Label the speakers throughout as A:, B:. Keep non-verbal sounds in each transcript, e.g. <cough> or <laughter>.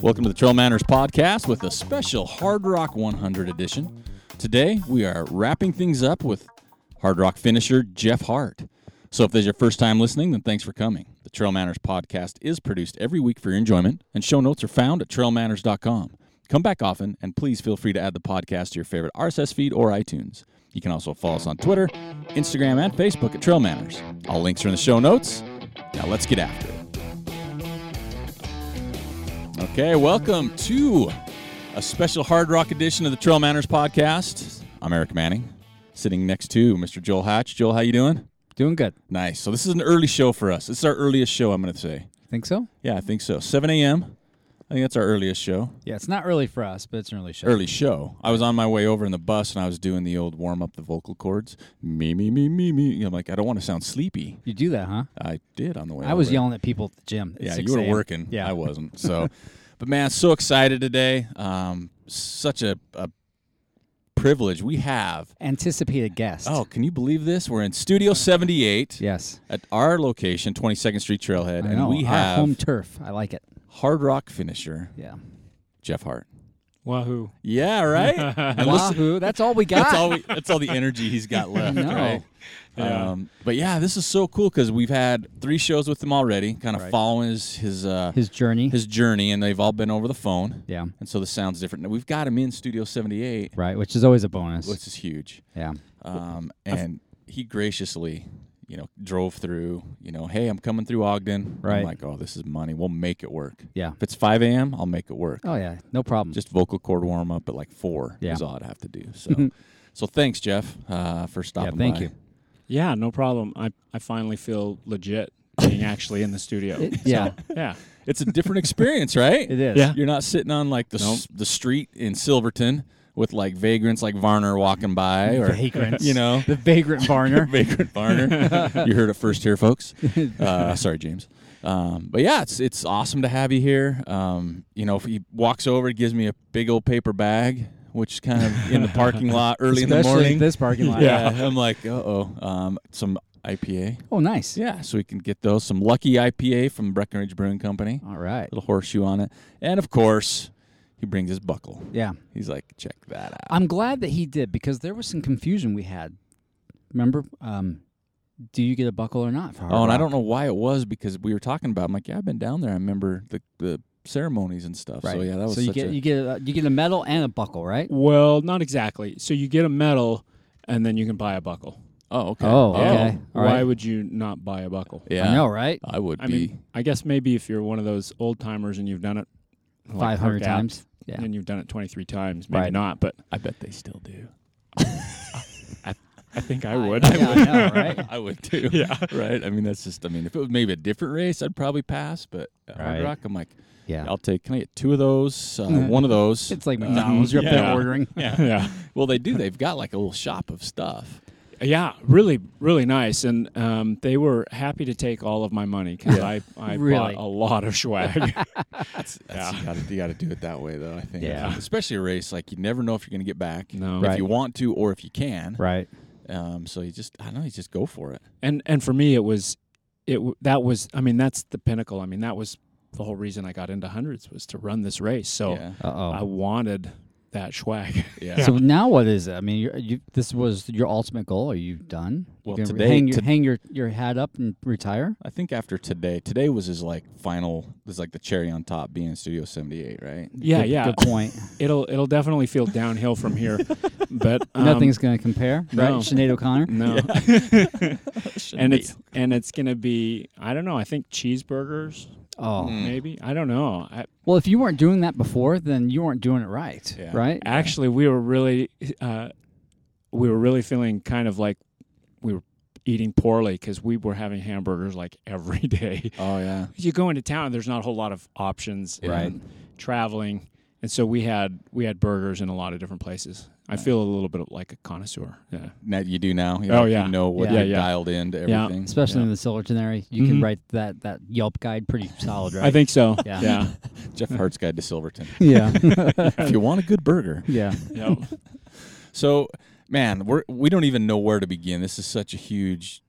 A: Welcome to the Trail Manners podcast with a special Hard Rock 100 edition. Today, we are wrapping things up with Hard Rock finisher Jeff Hart. So, if this is your first time listening, then thanks for coming. The Trail Manners podcast is produced every week for your enjoyment, and show notes are found at trailmanners.com. Come back often, and please feel free to add the podcast to your favorite RSS feed or iTunes. You can also follow us on Twitter, Instagram, and Facebook at Trail Manners. All links are in the show notes. Now, let's get after it. Okay, welcome to a special Hard Rock edition of the Trail Manners podcast. I'm Eric Manning, sitting next to Mr. Joel Hatch. Joel, how you doing?
B: Doing good.
A: Nice. So this is an early show for us. This is our earliest show. I'm going to say.
B: Think so?
A: Yeah, I think so. 7 a.m. I think that's our earliest show.
B: Yeah, it's not early for us, but it's an early show.
A: Early show. I was on my way over in the bus and I was doing the old warm up the vocal cords. Me me me me me. I'm like I don't want to sound sleepy.
B: You do that, huh?
A: I did on the way.
B: I was
A: over.
B: yelling at people at the gym. at
A: oh, Yeah,
B: 6
A: you were
B: a.m..
A: working.
B: Yeah,
A: I
B: <laughs>
A: wasn't. So, but man, so excited today. Um, such a, a privilege we have.
B: Anticipated guest.
A: Oh, can you believe this? We're in Studio 78
B: yes.
A: at our location, 22nd Street Trailhead,
B: I
A: and
B: know,
A: we
B: our home
A: have
B: turf. I like it.
A: hard rock finisher
B: Yeah.
A: Jeff Hart.
C: Wahoo. <laughs>
A: Yeah, right. And listen-
B: Wahoo! That's all we
A: <laughs>
B: got.
A: that's all. We, that's all the energy he's
B: <laughs>
A: got left.
B: No.
A: Right?
C: Yeah.
A: Um, but yeah, this is so cool because we've had three shows with him already, kind of following his his uh,
B: His journey.
A: his journey, and they've all been over the phone.
B: yeah.
A: and so the sound's different. Now, We've got him in Studio 78,
B: Right, which is always a bonus.
A: which is huge.
B: yeah.
A: Um, and he graciously, you know, drove through. You know, hey, I'm coming through Ogden. I'm
B: Right.
A: like, oh, this is money. We'll make it work.
B: Yeah.
A: If it's 5 a.m., I'll make it work.
B: Oh yeah. No problem.
A: Just vocal cord warm up at like four
B: Yeah.
A: is all I'd have to do.
B: <laughs>
A: So, so thanks, Jeff, uh, for stopping.
B: thank
A: by.
B: you.
C: Yeah, no problem. I, I finally feel legit being actually in the studio.
B: <laughs>
A: <laughs>
B: It- yeah.
C: yeah.
A: It's a different experience, right?
B: <laughs> It is.
C: Yeah.
A: You're not sitting on like the s- the street in Silverton with like vagrants like Varner walking by or
B: Vagrants.
A: you know
B: The vagrant Varner.
A: Vagrant Varner.
B: <laughs>
A: you heard it first here, folks. Uh, sorry, James. Um, but yeah, it's it's awesome to have you here. Um, you know, if he walks over, he gives me a big old paper bag, which is kind of in the parking lot <laughs>
B: <laughs>
A: early in the
B: Especially
A: morning.
B: this parking lot.
A: <laughs> yeah, I'm like, uh oh, um, some IPA.
B: Oh, nice.
A: Yeah, so we can get those some lucky IPA from Breckenridge Brewing Company.
B: All right.
A: Little horseshoe on it, and of course, he brings his buckle.
B: Yeah.
A: He's like, check that out.
B: I'm glad that he did because there was some confusion we had. Remember, um, do you get a buckle or not? for Hard
A: Oh, and I
B: Rock?
A: don't know why it was because we were talking about. it. I'm like, yeah, I've been down there. I remember the the ceremonies and stuff. So yeah, that was
B: so you
A: such
B: get
A: a
B: you get a, you get a medal and a buckle, right?
C: Well, not exactly. So you get a medal and then you can buy a buckle.
A: oh okay
B: Oh,
A: Yeah.
B: okay. All
C: Why
B: right.
C: would you not buy a buckle?
A: yeah
B: I know, right?
A: I would
C: I
A: be
C: mean, I guess maybe if you're one of those old timers and you've done it like
B: Five hundred
C: Herc Abt
B: times. Yeah.
C: and you've done it 23 times, maybe
B: Right.
C: not, but
A: I bet they still do
C: I think I would.
B: <laughs> yeah, I know,
A: <laughs>
B: right?
A: I would too
C: <laughs> Yeah.
A: right I mean that's just I mean if it was maybe a different race I'd probably pass but at Hard
B: Right.
A: Rock I'm like
B: Yeah.
A: I'll take can I get two of those uh, one of those
B: <laughs> It's like McDonald's. You're up
C: yeah.
B: there ordering.
C: yeah. <laughs> yeah.
A: <laughs> well they do they've got like a little shop of stuff
C: Yeah, really, really nice, and um, they were happy to take all of my money because I, I
B: <laughs> Really?
C: bought a lot of
B: <laughs>
C: swag.
A: That's-
C: Yeah.
A: you, gotta, you gotta do it that way though I think
B: Yeah.
A: especially a race like you never know if you're gonna get back
C: No.
A: if
B: Right.
A: you want to or if you can
B: Right.
A: Um, so you just, I don't know, you just go for it.
C: and and for me it was it w- that was i mean that's the pinnacle i mean that was the whole reason i got into hundreds was to run this race so
A: yeah.
B: Uh
C: i
B: oh.
C: wanted that swag <laughs>
A: Yeah.
B: So now what is it? I mean, you're, you this was your ultimate goal. Are you done?
A: Well,
B: you
A: today-
B: hang your,
A: to-
B: hang your your hat up and retire.
A: I think after today, today was his like final, was like the cherry on top being in Studio 78, right?
C: yeah
B: Good-
C: yeah
B: Good point.
A: <laughs>
C: it'll it'll definitely
B: <laughs>
C: feel downhill from here but um,
B: Nothing's going to compare, right?
C: no.
A: Mm.
B: Sinead O'Connor.
C: no <laughs>
B: <laughs>
C: and it's and it's gonna be i don't know i think cheeseburgers
B: Oh.
C: maybe I don't know. I,
B: Well, if you weren't doing that before, then you weren't doing it right.
A: Yeah.
B: Right?
C: Actually, we were really, uh, we were really feeling kind of like we were eating poorly because we were having hamburgers like <laughs> every day.
A: Oh yeah.
C: you go into town, there's not a whole lot of options. in
A: Right.
C: Traveling, and so we had we had burgers in a lot of different places. I feel a little bit like a connoisseur. Yeah.
A: Now you do now. You
C: Oh,
A: like,
C: yeah.
A: You know what
C: Yeah,
A: you
C: yeah.
A: dialed into
C: Yeah.
A: everything.
B: Especially in the Sillerton area, you can
A: Mm-hmm.
C: Mhm.
B: write that, that Yelp guide pretty solid, right?
C: I think so.
B: Yeah.
A: <laughs>
C: Yeah.
A: Jeff Hart's Guide to Silverton.
B: <laughs>
A: <laughs>
B: Yeah.
A: if you want a good burger.
B: yeah.
C: yeah.
A: So, man, we're we don't even know where to begin. This is such a huge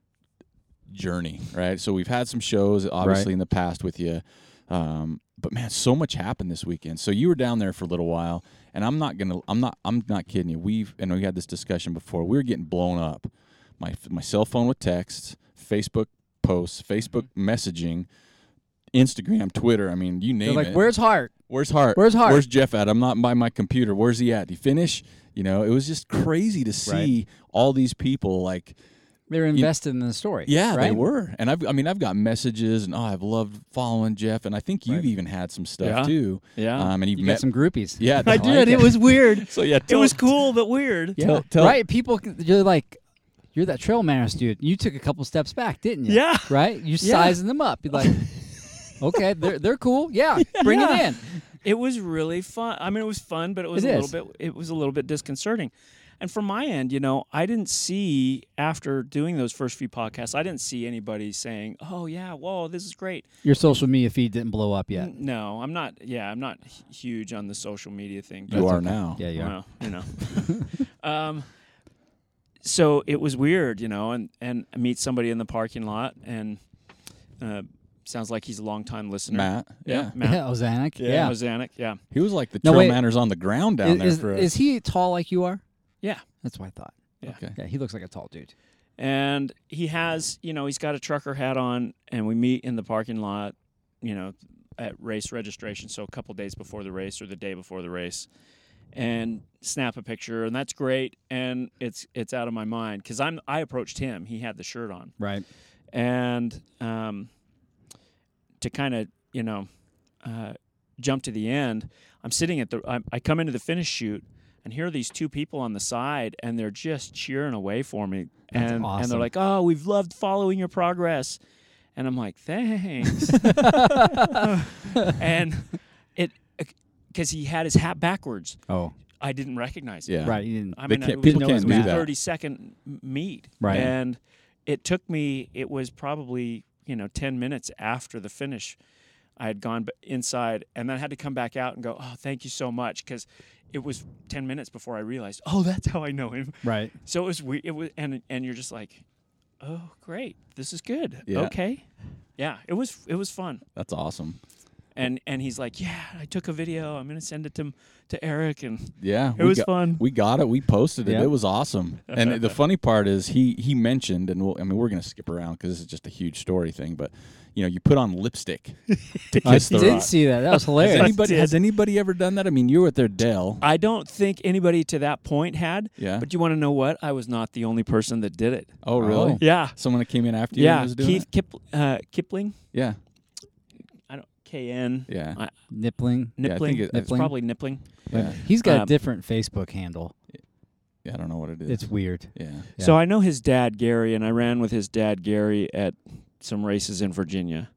A: journey, right? So we've had some shows obviously
B: Right.
A: in the past with you. Um, but man, so much happened this weekend. So you were down there for a little while, and I'm not gonna, I'm not, I'm not kidding you. We've and we had this discussion before. We were getting blown up. My my cell phone with texts, Facebook posts, Facebook messaging, Instagram, Twitter. I mean, you name
B: Mm-hmm. They're like,
A: it.
B: where's Hart?
A: Where's Hart?
B: Where's Hart?
A: Where's Jeff at? I'm not by my computer. Where's he at? Did he finish? You know, it was just crazy to see all these people like
B: They're invested in the story.
A: yeah,
B: right?
A: they were. And I've I mean, I've got messages and oh, I've loved following Jeff and I think you've even had some stuff
C: Yeah.
A: too.
C: Yeah.
A: Um and you've
B: You
A: met
B: got some groupies.
A: <laughs> Yeah,
D: I
A: like
D: did. It
A: that.
D: <laughs> was weird.
A: So yeah,
D: it
A: tell-
D: was cool but weird.
B: Yeah.
A: Tell- tell-
B: right? People, c- you're like, you're that trail manners dude. You took a couple steps back, didn't you?
D: Yeah.
B: Right? You're
D: Yeah.
B: sizing them up.
A: <laughs>
B: You're like, okay, they're, they're cool. Yeah, bring
D: Yeah.
B: it in.
D: It was really fun. I mean, it was fun, but it was
B: It
D: a
B: is.
D: little bit. It was a little bit disconcerting. And from my end, you know, I didn't see after doing those first few podcasts, I didn't see anybody saying, "Oh yeah, whoa, this is great."
B: Your social media feed didn't blow up
A: <laughs>
B: yet.
D: N- No, I'm not. Yeah, I'm not hu- huge on the social media thing.
A: you are now.
B: Yeah, you are.
D: Well, you know. <laughs> um, so it was weird, you know, and and I meet somebody in the parking lot, and uh, sounds like he's a longtime listener.
A: Matt. Yeah.
D: yeah,
B: Yeah,
D: Matt.
B: Ozanic. <laughs>
D: Yeah,
B: Yeah.
D: Ozanic. Yeah,
A: He was like the
B: No,
A: trail
B: wait.
A: manners on the ground down there
B: Is,
A: for a
B: is he tall like you are?
D: yeah.
B: That's what I thought.
D: Yeah.
A: Okay.
B: Yeah, he looks like a tall dude.
D: and he has you know he's got a trucker hat on and we meet in the parking lot you know at race registration so a couple days before the race or the day before the race and snap a picture and that's great and it's it's out of my mind because i'm i approached him he had the shirt on
B: Right.
D: and um, to kind of you know uh, jump to the end i'm sitting at the I, I come into the finish shoot and here are these two people on the side and they're just cheering away for me
B: That's
D: and and
B: awesome.
D: they're like oh we've loved following your progress and i'm like
B: <laughs>
D: thanks and it because he had his hat backwards
B: Oh,
D: i didn't recognize it
A: Yeah.
B: right. He didn't.
D: I
A: They
D: mean,
A: can't-
D: it was
A: people
D: a
B: can't do
A: that.
D: 30 second m- meet.
B: Right.
D: And it took me, it was probably, you know, 10 minutes after the finish. I had gone b- inside and then I had to come back out and go, oh, thank you so much. Cause it was 10 minutes before I realized, oh, that's how I know him.
B: Right.
D: So it was weird. It was, and, and you're just like, oh, great. This is good.
A: Yeah.
D: Okay. Yeah. It was, it was fun.
A: That's awesome.
D: And, and he's like, yeah, I took a video. I'm going to send it to, to Eric. And
A: Yeah,
D: It
A: we
D: was
A: got-
D: fun.
A: We got it. We posted it.
B: Yeah.
A: It was
D: <laughs>
A: awesome. And the funny part is he he mentioned, and we'll, I mean we're gonna skip around because this is just a huge story thing. But you know, you put on
D: <laughs>
A: lipstick to
B: I
A: kiss the
B: did
A: rock.
B: see
A: <laughs>
B: that. That was
A: Has
B: hilarious.
A: anybody has anybody ever done that? I mean, you were at their Dell.
D: I don't think anybody to that point had.
A: Yeah.
D: But you want to know what? I was not the only person that did it.
A: Oh, really?
B: Oh.
D: Yeah.
A: Someone that came in after you
D: Yeah.
A: was doing
D: Keith
A: it?
D: Kip, uh, Kipling.
A: Yeah,
D: I don't. KN.
A: yeah,
D: I-
B: Nippling.
A: Yeah, I
D: Nippling.
A: think it-
D: it's
B: Nippling?
D: probably Nippling.
A: yeah,
B: He's got a
D: Um,
B: different Facebook handle.
A: yeah. I don't know what it is.
B: It's weird.
A: yeah,
B: Yeah.
D: So I know his dad Gary, and I ran with his dad Gary at some races in Virginia,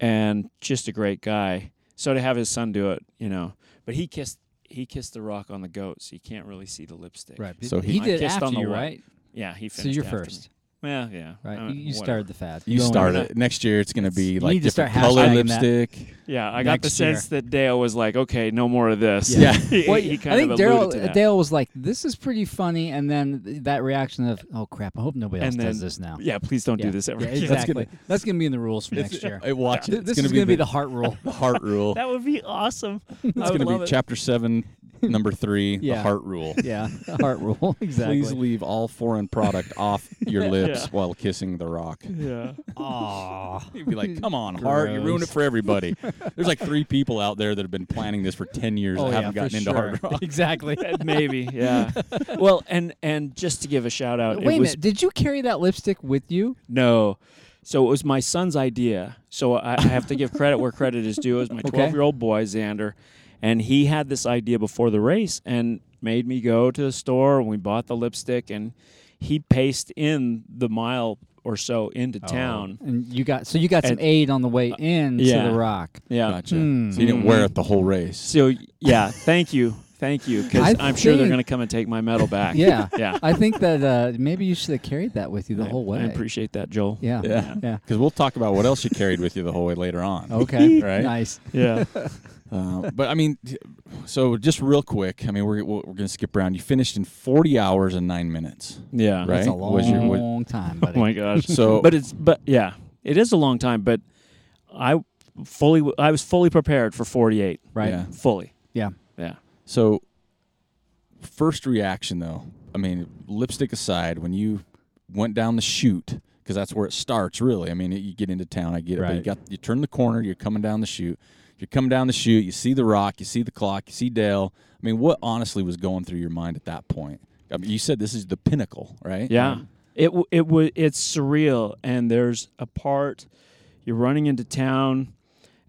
D: and just a great guy. So to have his son do it, you know, but he kissed he kissed the rock on the goat, so you can't really see the lipstick.
B: Right.
A: So
B: he,
A: he-
B: did it
D: I kissed
B: after
D: on the
B: you,
D: wall.
B: right?
D: Yeah, he
B: So
D: finished.
B: you're
D: after me.
B: first,
D: Well, yeah.
B: right? you
D: I mean,
B: you
D: whatever.
B: started the fad.
A: you
B: Don't worry.
A: started it. Next year, it's gonna be
B: You
A: like
B: need to start
A: different color
B: hashtagging that.
A: lipstick.
D: Yeah, I got the
B: next year.
D: sense that Dale was like, "Okay, no more of this."
A: Yeah.
D: <laughs> he,
B: Well,
D: he
B: I
D: kind
B: think
D: of alluded
B: Daryl uh,
D: to that.
B: Dale was like, "This is pretty funny," and then th- that reaction of, "Oh crap! I hope nobody else
D: And
B: does
D: then-
B: this now."
D: yeah, please don't
B: Yeah.
D: do this ever.
B: Yeah,
D: again.
B: exactly. That's gonna, be in the rules for next year.
A: I watch
B: Th-
A: it. <laughs>
B: This
A: it's
B: is going to be the heart rule. <laughs>
A: the heart rule.
D: That would be awesome.
A: It's
D: I would
A: gonna
D: love
A: be
D: it.
A: chapter seven, number three, the
B: <laughs> Yeah.
A: heart rule.
B: yeah, the heart rule. Exactly.
A: Please <laughs> leave all foreign
B: <laughs>
A: product off your lips
D: Yeah.
A: while kissing the rock.
D: yeah.
B: Aw.
A: You'd be like, come on, Hart, you ruined it for
B: <laughs>
A: everybody. There's like three people out there that have been planning this for 10 years
B: Oh,
A: that
B: yeah,
A: haven't
B: for
A: gotten into
B: sure.
A: hard
B: <laughs>
A: rock.
B: Exactly.
D: Uh, Maybe,
B: <laughs>
D: yeah. well, and and just to give a shout out,
B: Wait
D: it
B: a
D: was
B: minute. Did you carry that lipstick with you?
D: no, So it was my son's idea. So I, I have to give credit where credit is due. It was my 12 year old boy, Xander. And he had this idea before the race and made me go to the store. And we bought the lipstick and he paced in the mile or so into
B: Oh.
D: town.
B: And you got so you got some
D: And-
B: aid on the way in
D: yeah.
B: to the rock.
D: Yeah. Mm.
A: Gotcha.
B: Hmm.
A: So you didn't wear it the whole race.
D: So yeah, thank you. Thank you. Because
B: I
D: I'm sure they're
B: think-
D: going to come and take my medal back.
B: Yeah.
D: <laughs> Yeah.
B: I think that uh, maybe you should have carried that with you the
D: I-
B: whole way.
D: I appreciate that, Joel.
B: yeah.
A: Yeah.
B: Yeah.
A: Because we'll talk about what else you carried with you the whole way later on.
B: Okay.
A: Right?
B: Nice.
D: Yeah.
A: Uh, but I mean, so just real quick, I mean, we're, we're going to skip around. You finished in 40 hours and nine minutes,
B: <laughs>
D: Yeah.
A: right?
B: That's a long,
A: Was your- was-
B: time,
D: Oh
B: buddy.
D: my gosh.
B: <laughs>
A: So-
D: but it's but yeah, it is a long time. But I fully I was fully prepared for 48.
B: right.
A: yeah.
D: Fully.
B: Yeah.
D: Yeah.
A: So, first reaction though, I mean, lipstick aside, when you went down the chute, because that's where it starts, really. I mean, you get into town, I get it, but you
B: Right.
A: got you turn the corner, you're coming down the chute, you're coming down the chute, you see the rock, you see the clock, you see Dale. I mean, what honestly was going through your mind at that point? I mean, you said this is the pinnacle, right?
D: Yeah. it w- it was it's surreal and there's a part you're running into town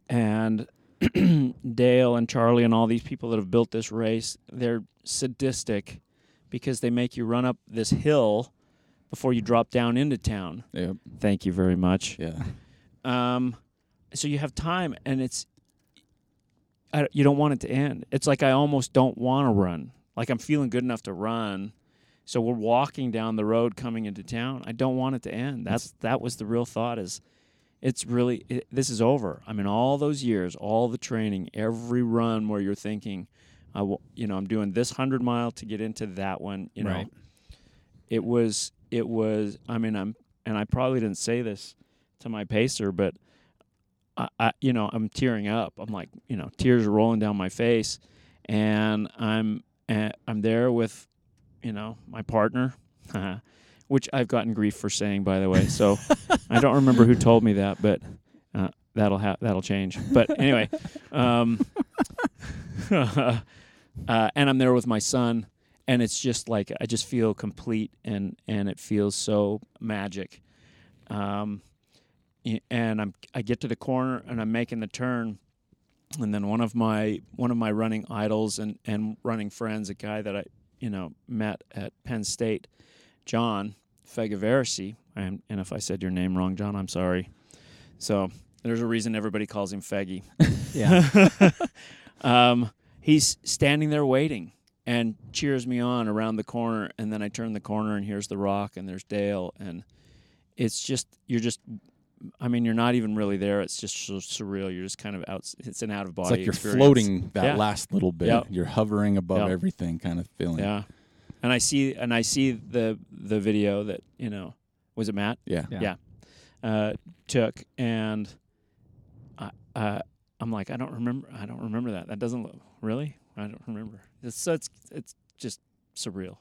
D: and <clears throat> Dale and Charlie and all these people that have built this race, they're sadistic because they make you run up this hill before you drop down into town.
A: Yep.
D: Thank you very much.
A: Yeah.
D: Um, so you have time, and it's I, you don't want it to end. It's like I almost don't want to run. Like I'm feeling good enough to run. So we're walking down the road coming into town. I don't want it to end. That's that was the real thought. Is it's really it, this is over. I mean, all those years, all the training, every run where you're thinking, I will, you know, I'm doing this hundred mile to get into that one. You know,
B: Right.
D: it was it was. I mean, I'm and I probably didn't say this to my pacer, but I, I you know, I'm tearing up. I'm like, you know, tears are rolling down my face, and I'm and I'm there with, you know, my partner, <laughs> which I've gotten grief for saying, by the way. So I don't remember who told me that, but uh, that'll ha- that'll change. But anyway, um, <laughs> uh, and I'm there with my son, and it's just like I just feel complete, and and it feels so magic. Um, y- and I'm I get to the corner and I'm making the turn, and then one of my one of my running idols and and running friends, a guy that I you know met at Penn State, John Fegaversi, and and if I said your name wrong, John, I'm sorry. So there's a reason everybody calls
A: <laughs>
D: him Feggy.
B: Yeah.
D: <laughs> Um, he's standing there waiting and cheers me on around the corner. And then I turn the corner and here's The Rock and there's Dale. And it's just, you're just, I mean, you're not even really there. It's just so surreal. You're just kind of out, it's an out of body.
A: It's like you're
D: experience.
A: floating that
D: Yeah.
A: last little bit.
D: Yep.
A: You're hovering above
D: Yep.
A: everything, kind of feeling.
D: Yeah. And I see, and I see the, the video that, you know, was it Matt?
A: Yeah.
B: Yeah.
D: uh, took, and I, uh, I'm like, I don't remember. I don't remember that. That doesn't look really. I don't remember. It's so it's it's just surreal.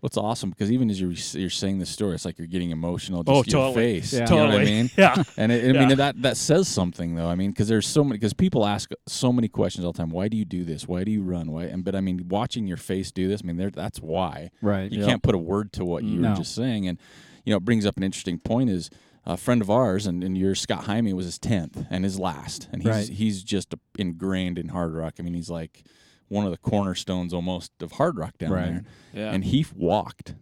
A: What's awesome because even as you're you're saying this story, it's like you're getting emotional. Just
D: Oh,
A: to your
D: totally.
A: Face,
B: Yeah.
A: You know what I
D: Totally.
A: mean?
D: Yeah,
A: And it, I mean
D: Yeah.
A: that that says something though. I mean, because there's so many because people ask so many questions all the time. Why do you do this? Why do you run? Why? And but I mean, watching your face do this, I mean, there that's why.
B: right.
A: You can't put a word to what you
B: No.
A: were just saying, and you know, it brings up an interesting point. Is a friend of ours and, and your Scott Jaime was his tenth and his last, and he's
B: Right.
A: he's just ingrained in hard rock. I mean, he's like one of the cornerstones almost of hard rock down
B: Right.
A: there
D: yeah,
A: and he walked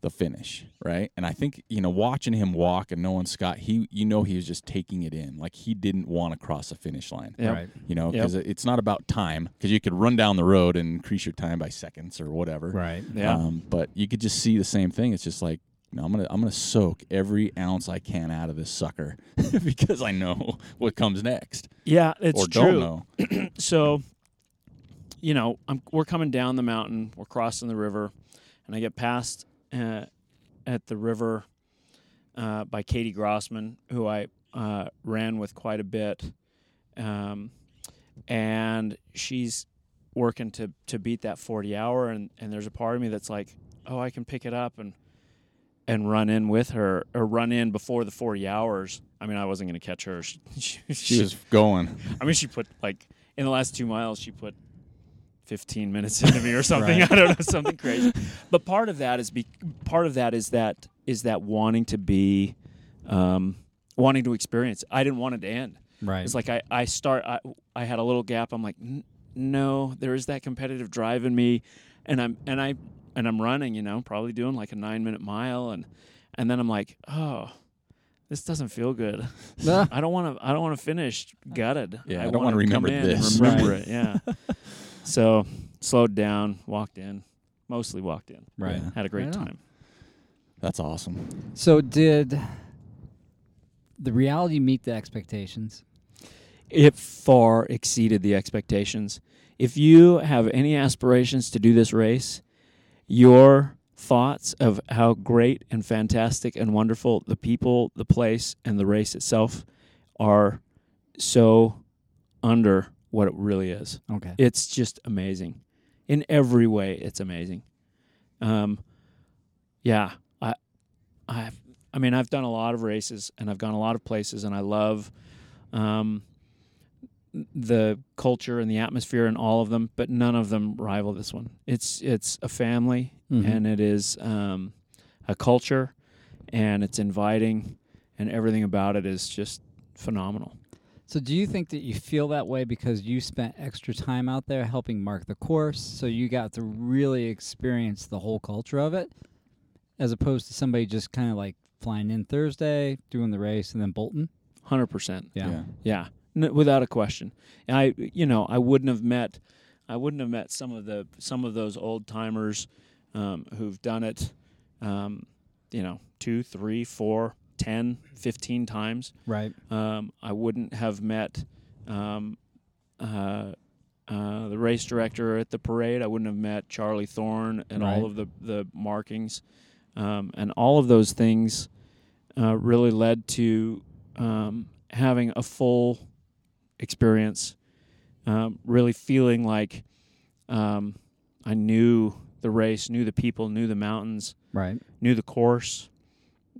A: the finish right and i think you know watching him walk and knowing scott he you know he was just taking it in like he didn't want to cross the finish line
D: Yep.
B: Right.
A: you know
D: Yep.
A: because it's not about time because you could run down the road and increase your time by seconds or whatever
B: Right.
D: yeah.
A: um, but you could just see the same thing it's just like you know, i'm gonna i'm gonna soak every ounce i can out of this sucker <laughs> because i know what comes next
D: yeah, it's
A: or
D: true.
A: don't know
D: so you know I'm, we're coming down the mountain we're crossing the river and i get past uh, at the river uh, by katie grossman who i uh, ran with quite a bit um, and she's working to, to beat that 40 hour and, and there's a part of me that's like oh i can pick it up and and run in with her or run in before the 40 hours i mean i wasn't going to catch her <laughs> she, she,
A: she was going
D: I mean, she put like in the last two miles, she put 15 minutes into me or something. I don't know, something crazy. But part of that is be part of that is that is that wanting to be um, wanting to experience. I didn't want it to end.
B: Right.
D: It's like I, I start, I, I had a little gap. I'm like, "N- no, there is that competitive drive in me. And I'm, and I, and I'm running, you know, probably doing like a nine minute mile. And, and then I'm like, oh, this doesn't feel good.
B: Ah.
D: I don't want to, I don't want to finish gutted.
A: Yeah, I don't
D: wanna
A: wanna
D: come
A: remember
D: in and
A: this. <laughs>
D: Remember it. Yeah. so slowed down, walked in, mostly walked in,
B: right.
D: had a great
B: Right on.
D: time.
A: That's awesome.
B: So did the reality meet the expectations?
D: it far exceeded the expectations. If you have any aspirations to do this race, your thoughts of how great and fantastic and wonderful the people, the place, and the race itself are so under what it really is.
B: Okay.
D: It's just amazing. In every way, it's amazing. Um, yeah, I, I, I mean, I've done a lot of races and I've gone a lot of places, and I love um, the culture and the atmosphere in all of them, but none of them rival this one. It's it's a family,
B: Mhm.
D: and it is um, a culture, and it's inviting, and everything about it is just phenomenal.
B: So do you think that you feel that way because you spent extra time out there helping mark the course, so you got to really experience the whole culture of it, as opposed to somebody just kind of like flying in Thursday, doing the race, and then bolting?
D: Hundred percent.
A: Yeah.
D: Yeah, n- without a question. And I, you know, I wouldn't have met, I wouldn't have met some of the some of those old timers um, who've done it, um, you know, two, three, four, ten, fifteen times.
B: Right.
D: Um, I wouldn't have met um, uh, uh, the race director at the parade. I wouldn't have met Charlie Thorne and
B: Right.
D: all of the the markings, um, and all of those things uh, really led to um, having a full experience. Um, really feeling like um, I knew the race, knew the people, knew the mountains,
B: Right.
D: knew the course.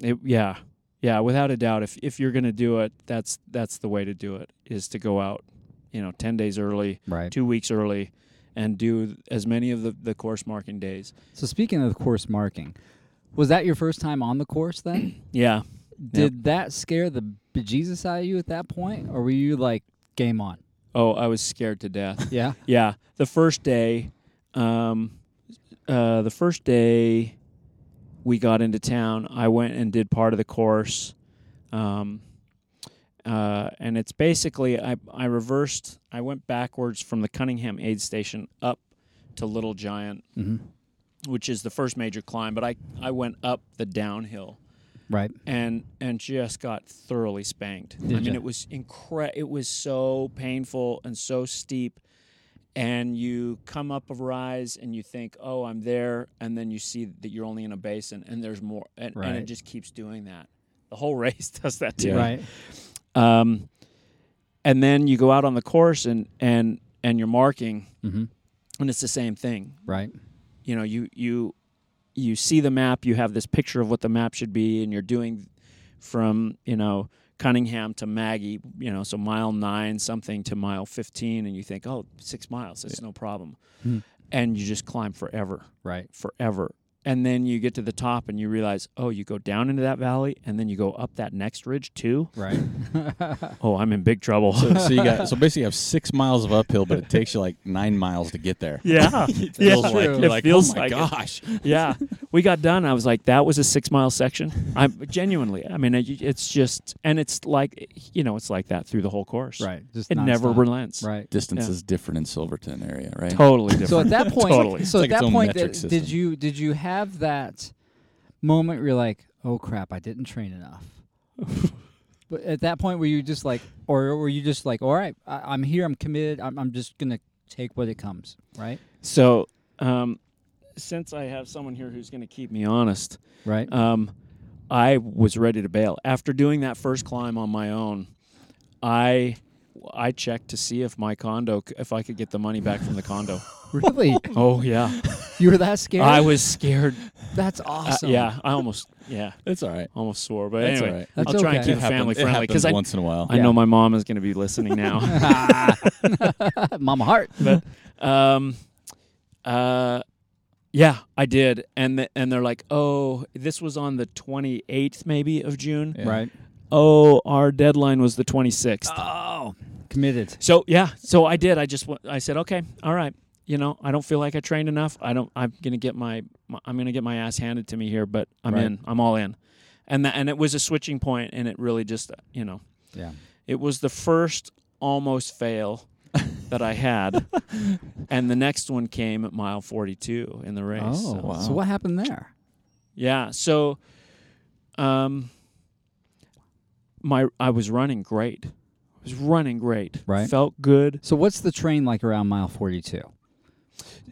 D: It, yeah, yeah, without a doubt. If if you're gonna do it, that's that's the way to do it. Is to go out, you know, ten days early,
B: Right.
D: two weeks early, and do as many of the the course marking days.
B: So speaking of course marking, was that your first time on the course then? <clears throat>
D: Yeah,
B: Did that scare the bejesus out of you at that point, or were you like game on?
D: Oh, I was scared to death.
B: Yeah.
D: yeah, the first day, um, uh, the first day we got into town, I went and did part of the course, um, uh, and it's basically I I reversed, I went backwards from the Cunningham aid station up to Little Giant, which is the first major climb, but I I went up the downhill
B: Right.
D: and and just got thoroughly spanked. I mean,
B: ya?
D: it was incre- It was so painful and so steep. And you come up a rise and you think, "Oh, I'm there," and then you see that you're only in a basin and there's more, and, and
B: Right.
D: it just keeps doing that. The whole <laughs> race does that too.
B: Right.
D: Um, and then you go out on the course and and and you're marking,
B: Mhm.
D: and it's the same thing
B: Right.
D: you know you you you see the map you have this picture of what the map should be and you're doing from you know cunningham to maggie you know so mile nine something to mile 15 and you think oh six miles it's no problem
A: Hmm.
D: and you just climb forever
B: Right.
D: forever and then you get to the top and you realize oh you go down into that valley and then you go up that next ridge too
A: <laughs>
B: <laughs> Right.
D: oh i'm in big trouble
A: So, so you got so basically you have six miles of uphill, but it takes you like nine miles to get there.
D: <laughs> <laughs> yeah
A: <laughs> It feels
D: Yeah.
A: like, you're
D: It
A: like,
D: feels
A: oh my
D: like it.
A: gosh.
B: <laughs>
D: yeah we got done i was like that was a six mile section i'm genuinely i mean it, it's just and it's like you know it's like that through the whole course
B: Right. Just
D: it never
B: nonstop.
D: relents
B: Right.
A: Distance
D: Yeah.
A: is different in Silverton area, right?
D: totally different
B: So at
D: <laughs>
B: that point,
D: Totally.
B: so
A: It's like
B: at
A: its
B: that
A: own
B: point,
A: metric
B: that, did
A: system.
B: you did you have that moment where you're like, "Oh crap, I didn't train enough"? but at that point, were you just like, or were you just like, "All right, I, I'm here, I'm committed, I'm, I'm just gonna take what it comes," right?
D: so um, since i have someone here who's going to keep me honest
B: Right.
D: um, I was ready to bail after doing that first climb on my own. I I checked to see if my condo, c- if I could get the money back from the
B: <laughs>
D: condo.
B: <laughs> really?
D: oh yeah,
B: You were that scared?
D: I was
B: <laughs>
D: scared.
B: That's
D: Uh,
B: awesome.
D: yeah, I almost yeah
A: It's all right.
D: almost swore. But
A: That's
D: anyway,
A: all right.
B: That's
D: I'll try
B: okay.
D: and
B: It
D: keep it family
A: Happens- it
D: friendly because
A: happens
D: I
A: once in a while.
D: I know my mom is going to be listening
A: <laughs>
D: now.
B: <laughs> Mama Heart.
D: but um, uh, yeah, I did, and th- and they're like, oh, this was on the twenty eighth maybe of June.
A: Yeah. Ah.
B: Right.
D: oh, our deadline was the 26th.
B: Oh, committed.
D: So yeah, so I did. I just wa- I said, okay, all right. You know, I don't feel like I trained enough. I don't. I'm gonna get my, my I'm gonna get my ass handed to me here, but I'm
B: Right.
D: in. I'm all in. And that and it was a switching point, and it really just you know,
B: Yeah.
D: it was the first almost
B: <laughs>
D: fail that I had, and the next one came at mile 42 in the race.
B: Oh,
D: so-
B: so what happened there?
D: yeah. So, um, my I was running great. I was running great.
B: Right.
D: Felt good.
B: So what's the train like around mile 42?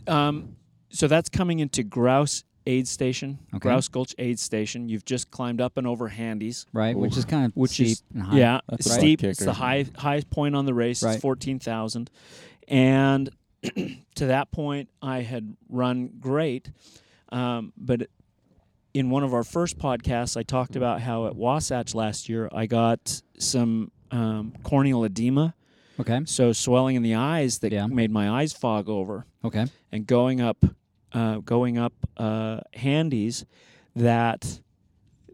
D: Um, so that's coming into Grouse Aid Station,
B: Okay.
D: Grouse Gulch Aid Station. You've just climbed up and over Handy's.
B: Right, which is kind of
D: Which
B: steep
D: is
B: and high.
D: yeah,
A: That's a
D: it's
A: butt
D: steep. It's
A: kicker.
D: the high highest point on the race.
B: Right.
D: It's fourteen thousand, and <clears throat> to that point, I had run great. Um, but in one of our first podcasts, I talked about how at Wasatch last year I got some um, corneal edema,
B: Okay.
D: so swelling in the eyes that
B: Yeah.
D: made my eyes fog over
B: Okay.
D: and going up, uh, going up uh, handies, that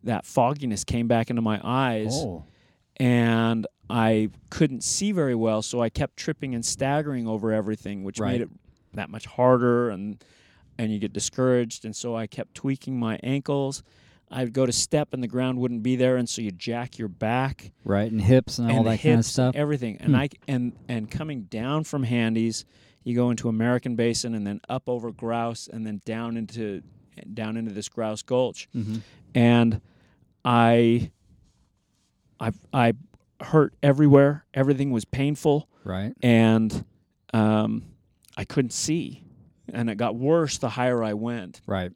D: that fogginess came back into my eyes, and I couldn't see very well, so I kept tripping and staggering over everything, which
B: Right.
D: made it that much harder, and and you get discouraged, and so I kept tweaking my ankles. I'd go to step and the ground wouldn't be there, and so you jack your back
B: Right, and hips and, all
D: and
B: that
D: hips,
B: kind of
D: and
B: stuff. Hmm.
D: everything. And I c- and and coming down from Handy's, you go into American Basin and then up over Grouse and then down into down into this Grouse Gulch.
B: Mm-hmm.
D: And I I I hurt everywhere. Everything was painful
B: right.
D: and um, I couldn't see. And it got worse the higher I went
B: Right.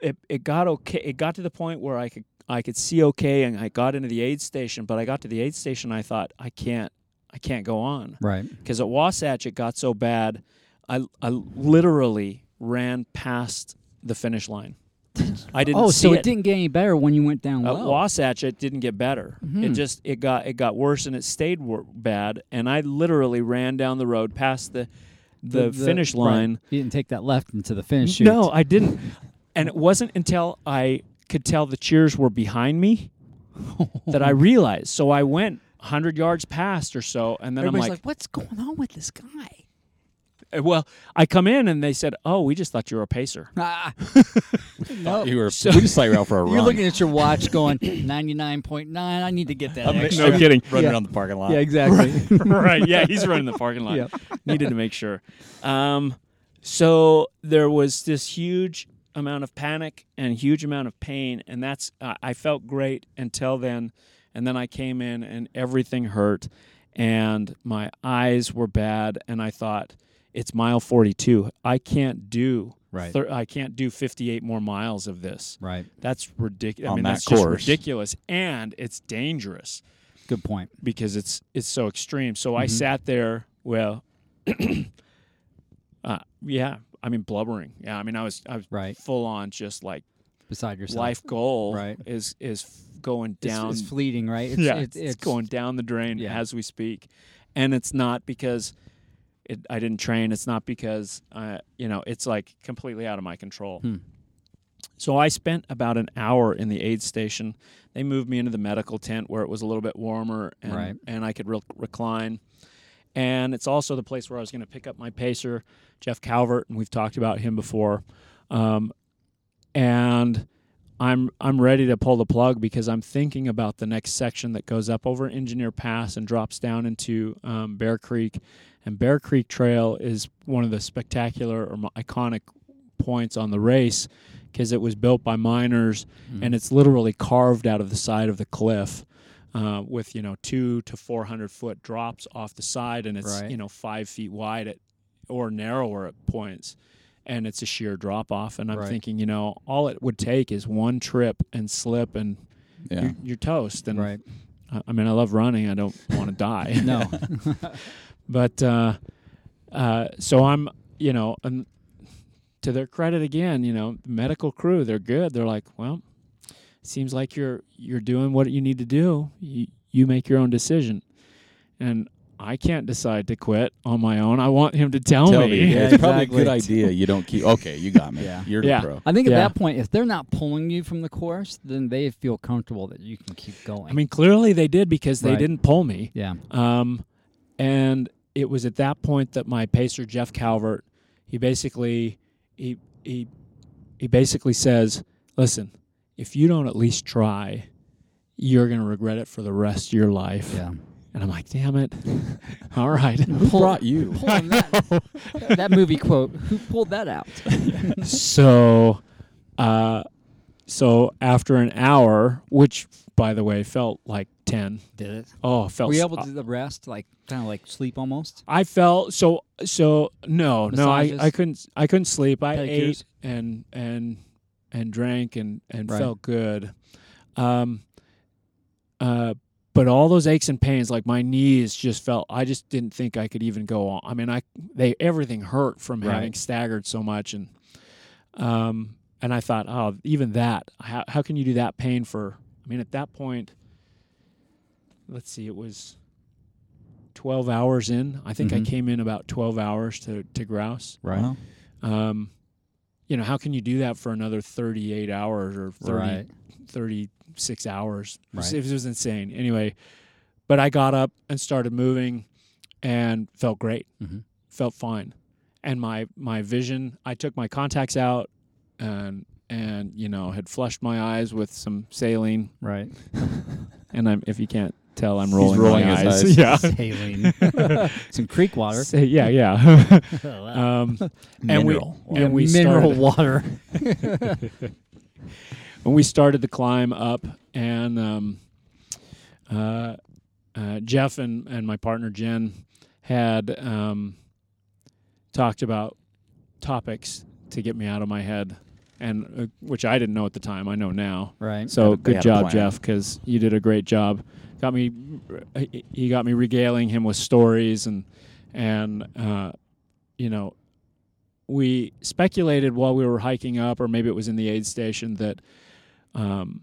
D: it, it got okay it got to the point where I could I could see okay and I got into the aid station but I got to the aid station I thought I can't I can't go on
B: Right.
D: because at Wasatch it got so bad I, I literally ran past the finish line I didn't
B: Oh,
D: see
B: so it
D: it Uh,
B: didn't get any better when you went down
D: at
B: low.
D: Wasatch it didn't get better
B: Hmm.
D: it just it got it got worse and it stayed wor- bad and I literally ran down the road past the the, finish
B: right.
D: line
B: You didn't take that left into the finish. Chute.
D: no, I didn't. And it wasn't until I could tell the cheers were behind <laughs> me that I realized. So I went 100 yards past or so, and then
B: everybody's
D: I'm
B: like, "What's going on with this
D: <laughs>
B: guy?"
D: like, well, I come in and they said, "Oh, we just thought you were a pacer."
B: Ah, no.
A: You were we just saw you out
D: <laughs>
A: for a run.
B: You're looking at your watch, going 99.9. I need to get that. extra.
D: No kidding.
A: running
B: Yeah.
A: around the parking lot.
B: Yeah, exactly.
D: <laughs> right. Yeah, he's running the parking lot.
B: Yep.
D: Needed to make sure. Um, so there was this huge amount of panic and huge amount of pain, and that's I I felt great until then, and then I came in and everything hurt, and my eyes were bad, and I thought it's mile forty-two. I can't do.
B: Right.
D: thir- I can't do 58 more miles of this.
B: <laughs> right.
D: That's ridiculous. I
A: On
D: mean,
A: that
D: that's just
A: course.
D: ridiculous, and it's dangerous
B: Good point.
D: because it's it's so extreme. So
B: Mm-hmm.
D: I sat there, well, <clears throat> uh, yeah, I mean blubbering. Yeah, I mean I was I was
B: Right.
D: full on just like
B: Beside yourself.
D: life goal
B: Right.
D: is is f- going
B: It's-
D: down.
B: It's, fleeting, right? It's,
D: yeah,
B: it's, it's,
D: going down the drain
B: Yeah.
D: as we speak, and it's not because. It, I didn't train. It's not because, uh, you know, it's like completely out of my control.
B: Hmm.
D: So I spent about an hour in the aid station. They moved me into the medical tent where it was a little bit warmer and,
B: Right.
D: and I could re- recline. And it's also the place where I was going to pick up my pacer, Jeff Calvert, and we've talked about him before. Um, and I'm I'm ready to pull the plug because I'm thinking about the next section that goes up over Engineer Pass and drops down into um, Bear Creek, and Bear Creek Trail is one of the spectacular or mo- iconic points on the race because it was built by miners and it's literally carved out of the side of the cliff. Uh, with you know two to four hundred foot drops off the side, and it's
B: Right.
D: you know five feet wide at or narrower at points, and it's a sheer drop off. And I'm
B: Right.
D: thinking, you know, all it would take is one trip and slip, and
A: Yeah.
D: you're, you're toast.
B: <laughs>
D: And <laughs>
B: Right.
D: I, I mean, I love running. I don't want to <laughs> die.
B: No.
D: but uh, uh, so I'm, you know, and to their credit again, you know, medical crew, they're good. They're like, well, seems like you're you're doing what you need to do. You you make your own decision, and I can't decide to quit on my own. I want him to tell,
A: Tell
D: <laughs>
A: me.
B: Yeah,
A: it's probably a good
B: exactly.
A: idea. You don't keep. Okay, you got me.
B: Yeah.
A: You're the
D: Yeah.
A: pro.
B: I think at
D: Yeah.
B: that point, if they're not pulling you from the course, then they feel comfortable that you can keep going.
D: I mean, clearly they did because they
B: Right.
D: didn't pull me.
B: yeah,
D: Um, and it was at that point that my pacer Jeff Calvert, he basically he he he basically says, "Listen, if you don't at least try, you're going to regret it for the rest of your life."
B: yeah.
D: And I'm like, "Damn it. <laughs> All right."
A: Who brought
B: <laughs>
A: you?
B: Pulling that, <laughs> that movie quote. Who pulled that
D: <laughs>
B: out?
D: so uh so after an hour, which by the way felt like 10.
B: Did it?
D: Oh, it felt
B: Were you
D: s-
B: able to rest, like kind of like sleep almost?
D: I felt so so no no I,
B: Massages?
D: I couldn't I couldn't sleep I
B: Pedicures?
D: ate and and and drank and and
B: Right.
D: felt good, um, uh, but all those aches and pains like my knees just felt I just didn't think I could even go on I mean I they everything hurt from
B: Right.
D: having staggered so much and um and I thought oh even that how how can you do that pain for I mean at that point let's see, it was 12 hours in. I think I
B: Mhm.
D: came in about 12 hours to, to grouse.
A: Right.
B: Wow.
D: Um, you know, how can you do that for another 38 hours or 30,
B: Right.
D: 36 hours? It was,
B: Right.
D: it was insane. Anyway, but I got up and started moving and felt great,
B: Mhm.
D: felt fine. And my, my vision, I took my contacts out and, and, you know, had flushed my eyes with some saline.
B: <laughs> Right.
D: And I'm, if you can't tell, I'm rolling,
A: rolling
D: my
A: his
D: eyes.
A: eyes.
D: <laughs> Yeah.
B: Saline.
D: <laughs>
B: <laughs> Some creek water.
D: Say- yeah, yeah. <laughs>
B: Wow.
D: um, and we
A: Mineral.
D: and we
B: mineral
D: started,
B: water.
D: <laughs> and we started the climb up, and um, uh, uh, Jeff and and my partner Jen had um, talked about topics to get me out of my head, and uh, which I didn't know at the time. I know now.
B: Right.
D: So
A: They
D: good
A: had a
D: job,
A: plan.
D: Jeff, because you did a great job. Got me, he got me regaling him with stories and and uh, you know, we speculated while we were hiking up, or maybe it was in the aid station that, um,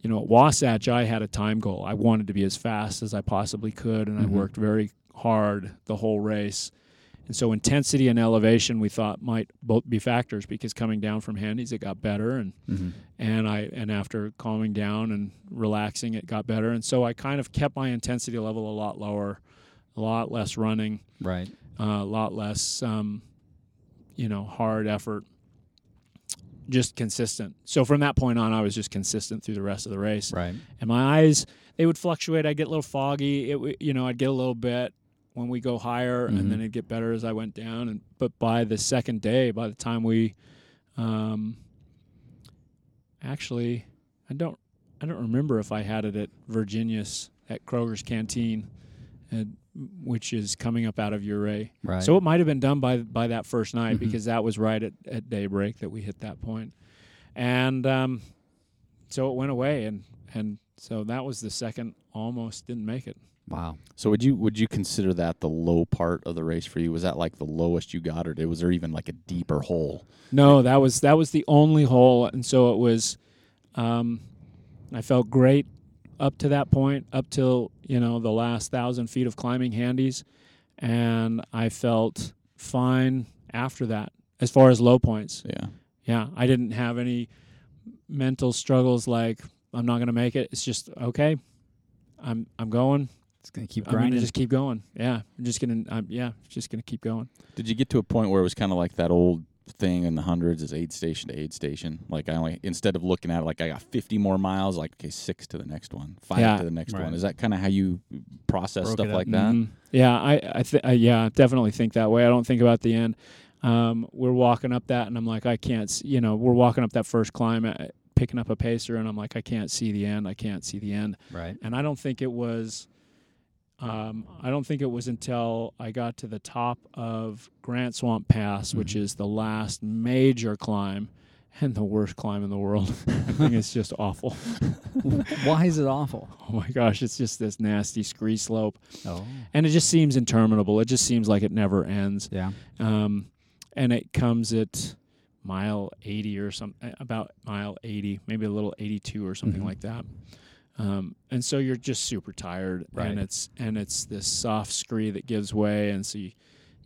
D: you know, at Wasatch I had a time goal. I wanted to be as fast as I possibly could, and
A: Mm-hmm.
D: I worked very hard the whole race. And so intensity and elevation we thought might both be factors because coming down from Handy's it got better and and I and after calming down and relaxing, it got better. And so I kind of kept my intensity level a lot lower, a lot less running,
B: Right.
D: uh, a lot less, um, you know, hard effort. Just consistent. So from that point on, I was just consistent through the rest of the race.
B: Right.
D: And my eyes, they would fluctuate. I'd get a little foggy. It, w- you know, I'd get a little bit when we go higher, and then it'd get better as I went down. And but by the second day, by the time we, um, actually, I don't, I don't remember if I had it at Virginia's at Kroger's Canteen, and which is coming up out of Uray.
B: Right.
D: So it might have been done by by that first night because that was right at, at daybreak that we hit that point, and um, so it went away, and and so that was the second almost didn't make it.
B: wow.
A: So would you would you consider that the low part of the race for you? Was that like the lowest you got, or did- was there even like a deeper hole?
D: No, that was that was the only hole, and so it was. Um, I felt great up to that point, up till you know the last thousand feet of climbing handies, and I felt fine after that as far as low points.
A: Yeah.
D: Yeah, I didn't have any mental struggles like I'm not going to make it. It's just okay. I'm I'm going.
B: It's gonna keep
D: I'm going to
B: grinding.
D: just keep going. Yeah, I'm just going to. Yeah, just going to keep going.
A: Did you get to a point where it was kind of like that old thing in the hundreds is aid station to aid station? Like I only instead of looking at it like I got 50 more miles, like okay, six to the next one, five
D: Yeah.
A: to the next
B: Right.
A: one. Is that kind of how you process
B: Broke
A: stuff
B: it up. Mm-hmm.
A: like that?
D: Mhm. Yeah, I, I, th- I yeah, I definitely think that way. I don't think about the end. Um, we're walking up that, and I'm like, I can't. s you know, we're walking up that first climb, uh, picking up a pacer, and I'm like, I can't see the end. I can't see the end. <laughs>
B: right.
D: And I don't think it was. Um, I don't think it was until I got to the top of Grant Swamp Pass, which
A: Mm-hmm.
D: is the last major climb and the worst climb in the world. <laughs> I think it's just awful. <laughs>
B: Why is it awful?
D: Oh my gosh, it's just this nasty scree slope
B: <laughs> Oh.
D: and it just seems interminable. It just seems like it never ends.
B: Yeah.
D: Um, and it comes at
A: Mm-hmm.
D: mile 80 or something, about mile 80, maybe a little 82 or something like that. um, and so you're just super tired,
A: Right.
D: and it's and it's this soft scree that gives way, and so you,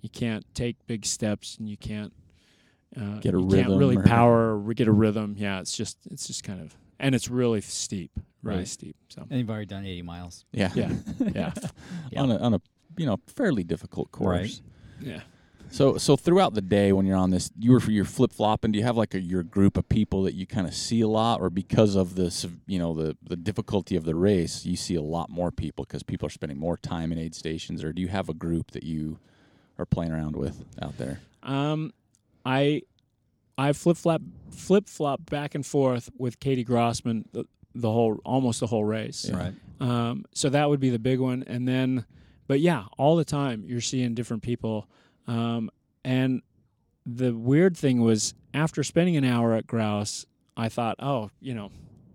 D: you can't take big steps, and you can't uh,
A: Get a
D: you
A: rhythm
D: can't really
A: or-
D: power or get a rhythm. Yeah, it's just it's just kind of and it's really steep, really
A: Right.
D: steep. So
B: And you've already done 80 miles.
A: Yeah.
D: yeah, yeah,
A: <laughs>
B: Yeah.
A: On a on a you know fairly difficult course.
D: yeah.
A: So so throughout the day when you're on this, you were you're flip flopping. Do you have like a, your group of people that you kind of see a lot, or because of the sev- you know the the difficulty of the race, you see a lot more people because people are spending more time in aid stations, or do you have a group that you are playing around with out there?
D: Um, I I flip flop flip flop back and forth with Katie Grossman the, the whole almost the whole race.
A: Right.
D: Um, so that would be the big one, and then, but yeah, all the time you're seeing different people. Um, and the weird thing was after spending an hour at Grouse, I thought, oh, you know,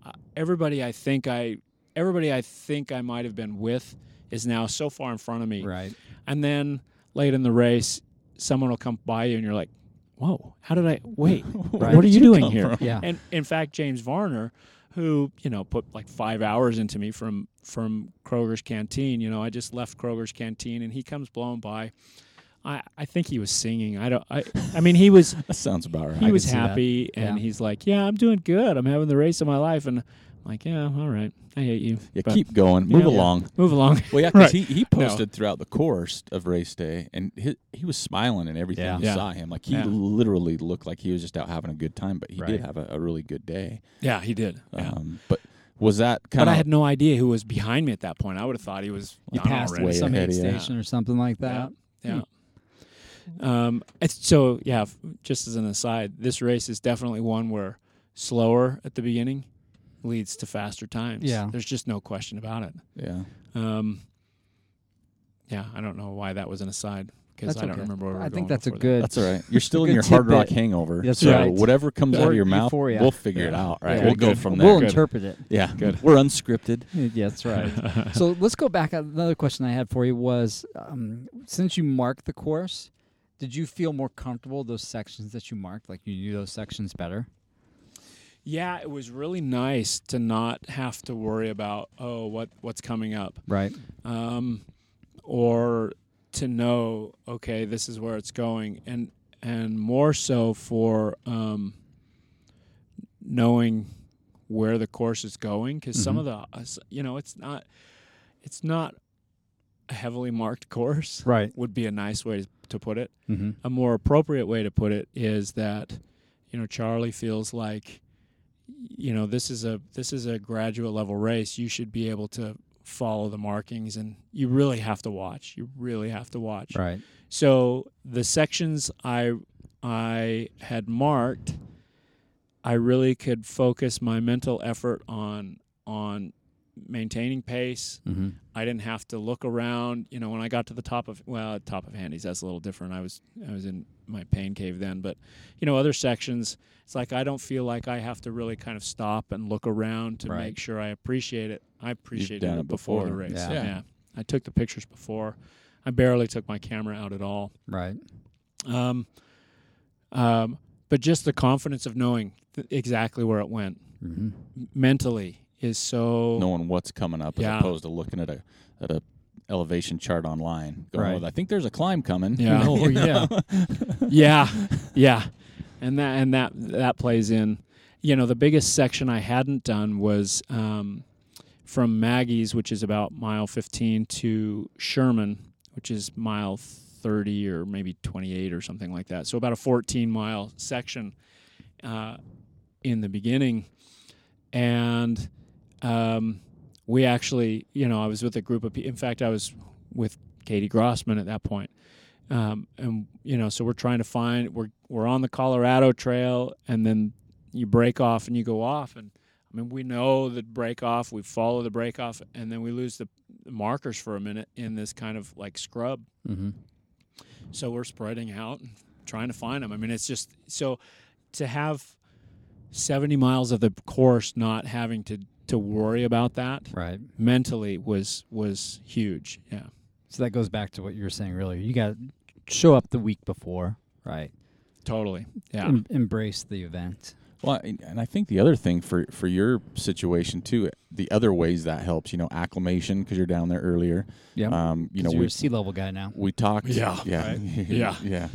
D: uh, everybody I think I everybody I think I might have been with is now so far in front of me.
B: Right.
D: And then late in the race, someone will come by you and you're like, whoa, how did I
A: <laughs>
D: wait?
B: Right.
D: What are you doing
A: come
D: here?
A: from?
B: Yeah.
D: And in fact, James Varner, who, you know, put like five hours into me from from Kroger's canteen, you know, I just left Kroger's canteen and he comes blowing by. I, I think he was singing. I don't I I mean
B: <laughs>
D: he was
A: That sounds about right.
D: he was
B: see that.
D: happy and
B: Yeah.
D: he's like, Yeah, I'm doing good. I'm having the race of my life and I'm like, Yeah, all right. I hate you.
A: yeah,
D: but
A: keep going, move
D: Yeah.
A: along.
D: move along.
A: Well,
D: <laughs>
A: yeah, because
D: Right.
A: he, he
D: No.
A: posted throughout the course of race day, and he, he was smiling and everything.
B: Yeah.
A: You
D: Yeah.
A: saw him like he
D: Yeah.
A: literally looked like he was just out having a good time, but he
B: Right.
A: did have a, a really good day.
D: Yeah, he did. Yeah.
A: Um, but was that kind
D: But I
A: of
D: had no idea who was behind me at that point. I would have thought he was
B: You
D: gone
B: passed
D: already.
A: Way
B: some
A: ahead,
B: aid
A: yeah.
B: station or something like that.
D: Yeah. Um, it's, so yeah, f- just as an aside, this race is definitely one where slower at the beginning leads to faster times.
B: Yeah.
D: there's just no question about it.
A: yeah?
D: Um, yeah, I don't know why that was an aside because
B: That's
D: I don't
B: okay.
D: remember where we
B: I
D: were
B: think
D: going
B: that's a
D: before that.
B: good.
A: That's all
D: <laughs>
A: right. You're still in
B: good
A: your hard rock
B: tidbit.
A: hangover.
B: That's
A: so
B: right.
A: whatever comes
B: Yeah.
A: out of your
B: Or
A: mouth,
B: euphoria.
A: we'll figure it
D: Yeah.
A: out. Right,
D: Yeah.
A: we'll go
D: Good.
A: from
B: We'll
A: there.
D: Good.
B: interpret it.
A: Yeah,
D: Good.
A: We're unscripted.
B: <laughs> Yeah, that's right. so let's go back. Another question I had for you was um, since you marked the course, did you feel more comfortable with those sections that you marked? Like you knew those sections better?
D: Yeah, it was really nice to not have to worry about oh what what's coming up.
B: Right.
D: um, or to know okay this is where it's going and and more so for um, knowing where the course is going because some of the uh, s- you know it's not it's not a heavily marked course
B: Right.
D: would be a nice way to put it
B: Mm-hmm.
D: a more appropriate way to put it is that you know Charlie feels like you know this is a this is a graduate level race you should be able to follow the markings and you really have to watch you really have to watch
B: Right.
D: so the sections I I had marked, I really could focus my mental effort on on maintaining pace.
B: Mhm.
D: I didn't have to look around. You know, when I got to the top of well, top of Handy's, that's a little different. I was I was in my pain cave then, but you know, other sections, it's like I don't feel like I have to really kind of stop and look around to
B: Right.
D: make sure I appreciate it. I appreciated
A: done
D: it
A: it
D: before, the
A: before.
D: race.
B: Yeah.
D: yeah. I took the pictures before. I barely took my camera out at all.
B: Right.
D: Um, um, but just the confidence of knowing th- exactly where it went
B: Mm-hmm.
D: m- mentally is so.
A: knowing what's coming up
D: Yeah.
A: as opposed to looking at a at a elevation chart online. Going,
B: Right.
A: "Oh, I think there's a climb coming.
D: Yeah.
A: You know?
D: <laughs> Oh, yeah. yeah, yeah, and that and that that plays in. You know, the biggest section I hadn't done was um, from Maggie's, which is about mile 15, to Sherman, which is mile 30 or maybe 28 or something like that. So about a 14 mile section uh, in the beginning, and um, we actually, you know, I was with a group of people. In fact, I was with Katie Grossman at that point um, and you know, so we're trying to find we're we're on the Colorado Trail, and then you break off and you go off, and I mean we know the break off, we follow the break off, and then we lose the the markers for a minute in this kind of like scrub.
B: Mm-hmm.
D: So we're spreading out and trying to find them. I mean, it's just so to have seventy miles of the course not having to to worry about that
B: Right.
D: mentally was was huge. Yeah.
B: So that goes back to what you were saying earlier. You got to show up the week before. Right.
D: Totally. Yeah.
B: Em- embrace the event.
A: Well, and and I think the other thing for for your situation too, the other ways that helps, you know, acclimation because you're down there earlier.
B: Yeah.
A: Um, you know,
B: you're
A: we
B: a sea level guy now.
A: we talked.
D: Yeah.
A: Yeah. <laughs>
E: Right.
D: Yeah.
A: yeah.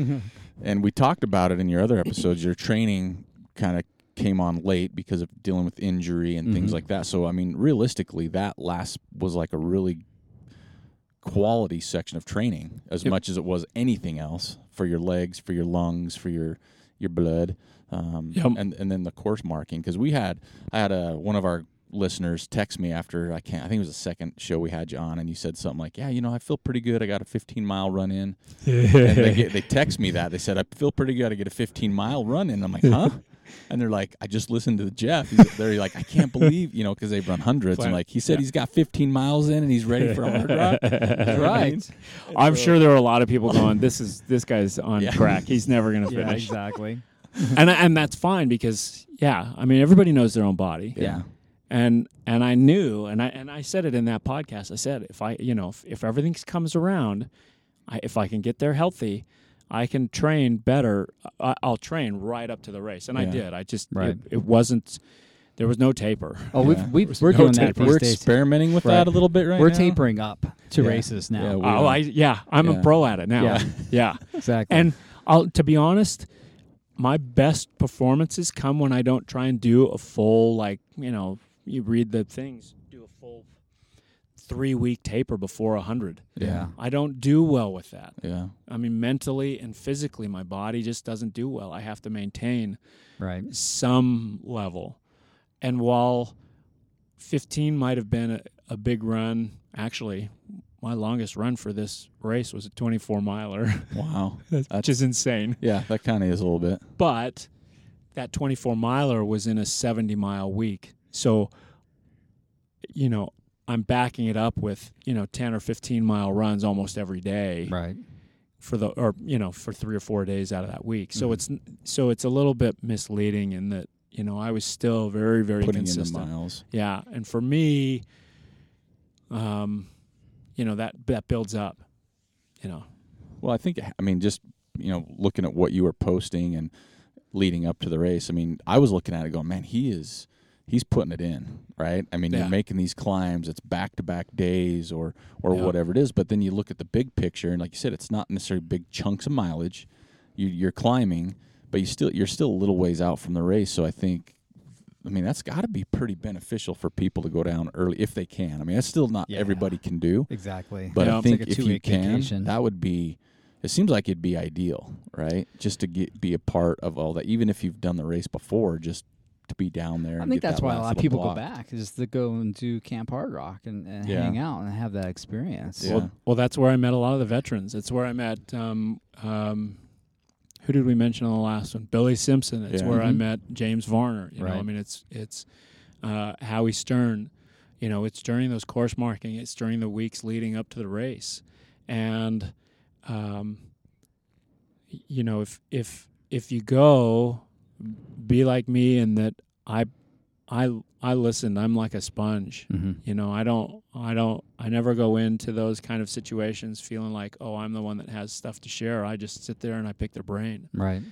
A: And we talked about it in your other episodes. Your training kind of came on late because of dealing with injury and
D: Mm-hmm.
A: things like that. So I mean, realistically, that last was like a really quality section of training as much as it was anything else for your legs, for your lungs, for your your blood, um,
D: Yep.
A: and and then the course marking because we had I had a one of our listeners text me after I can't I think it was the second show we had you on and you said something like yeah you know I feel pretty good I got a 15 mile run in and <laughs> they, get, they text me that they said I feel pretty good I get a 15 mile run in I'm like <laughs> huh and they're like I just listened to Jeff He's, they're like I can't believe you know because they've run hundreds and like he said he's got 15 miles in and he's ready for a <laughs> hard rock
B: Right.
D: I'm sure there are a lot
A: <laughs>
D: of people going, "This is this guy's on
A: Yeah.
D: crack. He's never going to
B: yeah,
D: finish."
B: exactly.
D: and and that's fine because yeah, I mean everybody knows their own body.
A: yeah
D: and and I knew, and I and I said it in that podcast. I said if I, you know, if, if everything comes around, I, if I can get there healthy, I can train better. I, I'll train right up to the race, and I
A: Yeah.
D: did. I just it-
B: Right.
D: it, wasn't. There was no taper.
B: <laughs> Oh,
A: Yeah.
B: we've, we've, we're
D: no
B: doing that
D: tape.
B: these
A: we're
B: days.
A: experimenting with that
B: Right.
A: a little bit right
B: we're
A: now.
B: tapering up to
A: Yeah.
B: races now.
A: Yeah, we-
D: Oh, I yeah, I'm
A: Yeah.
D: a pro at it now.
B: Yeah.
D: <laughs> yeah.
B: exactly.
D: And I'll to be honest, my best performances come when I don't try and do a full like you know you read the things do a full three week taper before a hundred.
B: yeah.
D: I don't do well with that.
A: Yeah.
D: I mean, mentally and physically, my body just doesn't do well. I have to maintain
B: Right.
D: some level. And while 15 might have been a, a big run, actually, my longest run for this race was a 24 miler, <laughs>
A: <laughs> Wow.
D: which is insane.
A: Yeah, that kind of is a little bit.
D: But that 24 miler was in a 70 mile week. So, you know, I'm backing it up with, you know, 10 or 15 mile runs almost every day
B: Right.
D: for the or you know for three or four days out of that week.
A: Mm-hmm.
D: So it's so it's a little bit misleading in that you know I was still very very
A: Putting in the
D: consistent.
A: miles.
D: Yeah, and for me, um, you know that that builds up. You know,
A: Well, I think I mean just you know looking at what you were posting and leading up to the race. I mean, I was looking at it going, man, he is he's putting it in, right? I mean, you're
D: Yeah.
A: making these climbs. It's back to back days or or
D: Yeah.
A: whatever it is. But then you look at the big picture, and like you said, it's not necessarily big chunks of mileage. You, you're climbing, but you still you're still a little ways out from the race. So I think. I mean that's got to be pretty beneficial for people to go down early if they can. I mean that's still not
B: Yeah.
A: everybody can do,
B: Exactly.
A: but
D: Yeah.
A: I
D: It's
A: think
B: like a
A: if you
B: two-week
A: can,
B: vacation.
A: that would be. It seems like it'd be ideal, right? Just to get be a part of all that, even if you've done the race before, just to be down there.
B: I
A: and
B: think
A: get
B: that's
A: that
B: why a
A: last
B: lot of
A: little
B: people
A: block.
B: go back is to go and do Camp Hard Rock and, and
A: Yeah.
B: hang out and have that experience.
A: Yeah.
D: well, well, that's where I met a lot of the veterans. It's where I met um, um, who did we mention on the last one? Billy Simpson. It's
A: Yeah. Mm-hmm.
D: where I
B: Mhm.
D: met James Varner. You know, I
B: Right.
D: mean, it's it's uh, Howie Stern. You know, it's during those course marking. It's during the weeks leading up to the race, and um, y- you know, if if if you go, be like me in that I I I listen. I'm like a sponge.
B: Mhm.
D: You know, I don't, I don't, I never go into those kind of situations feeling like, oh, I'm the one that has stuff to share. I just sit there and I pick their brain.
B: Right.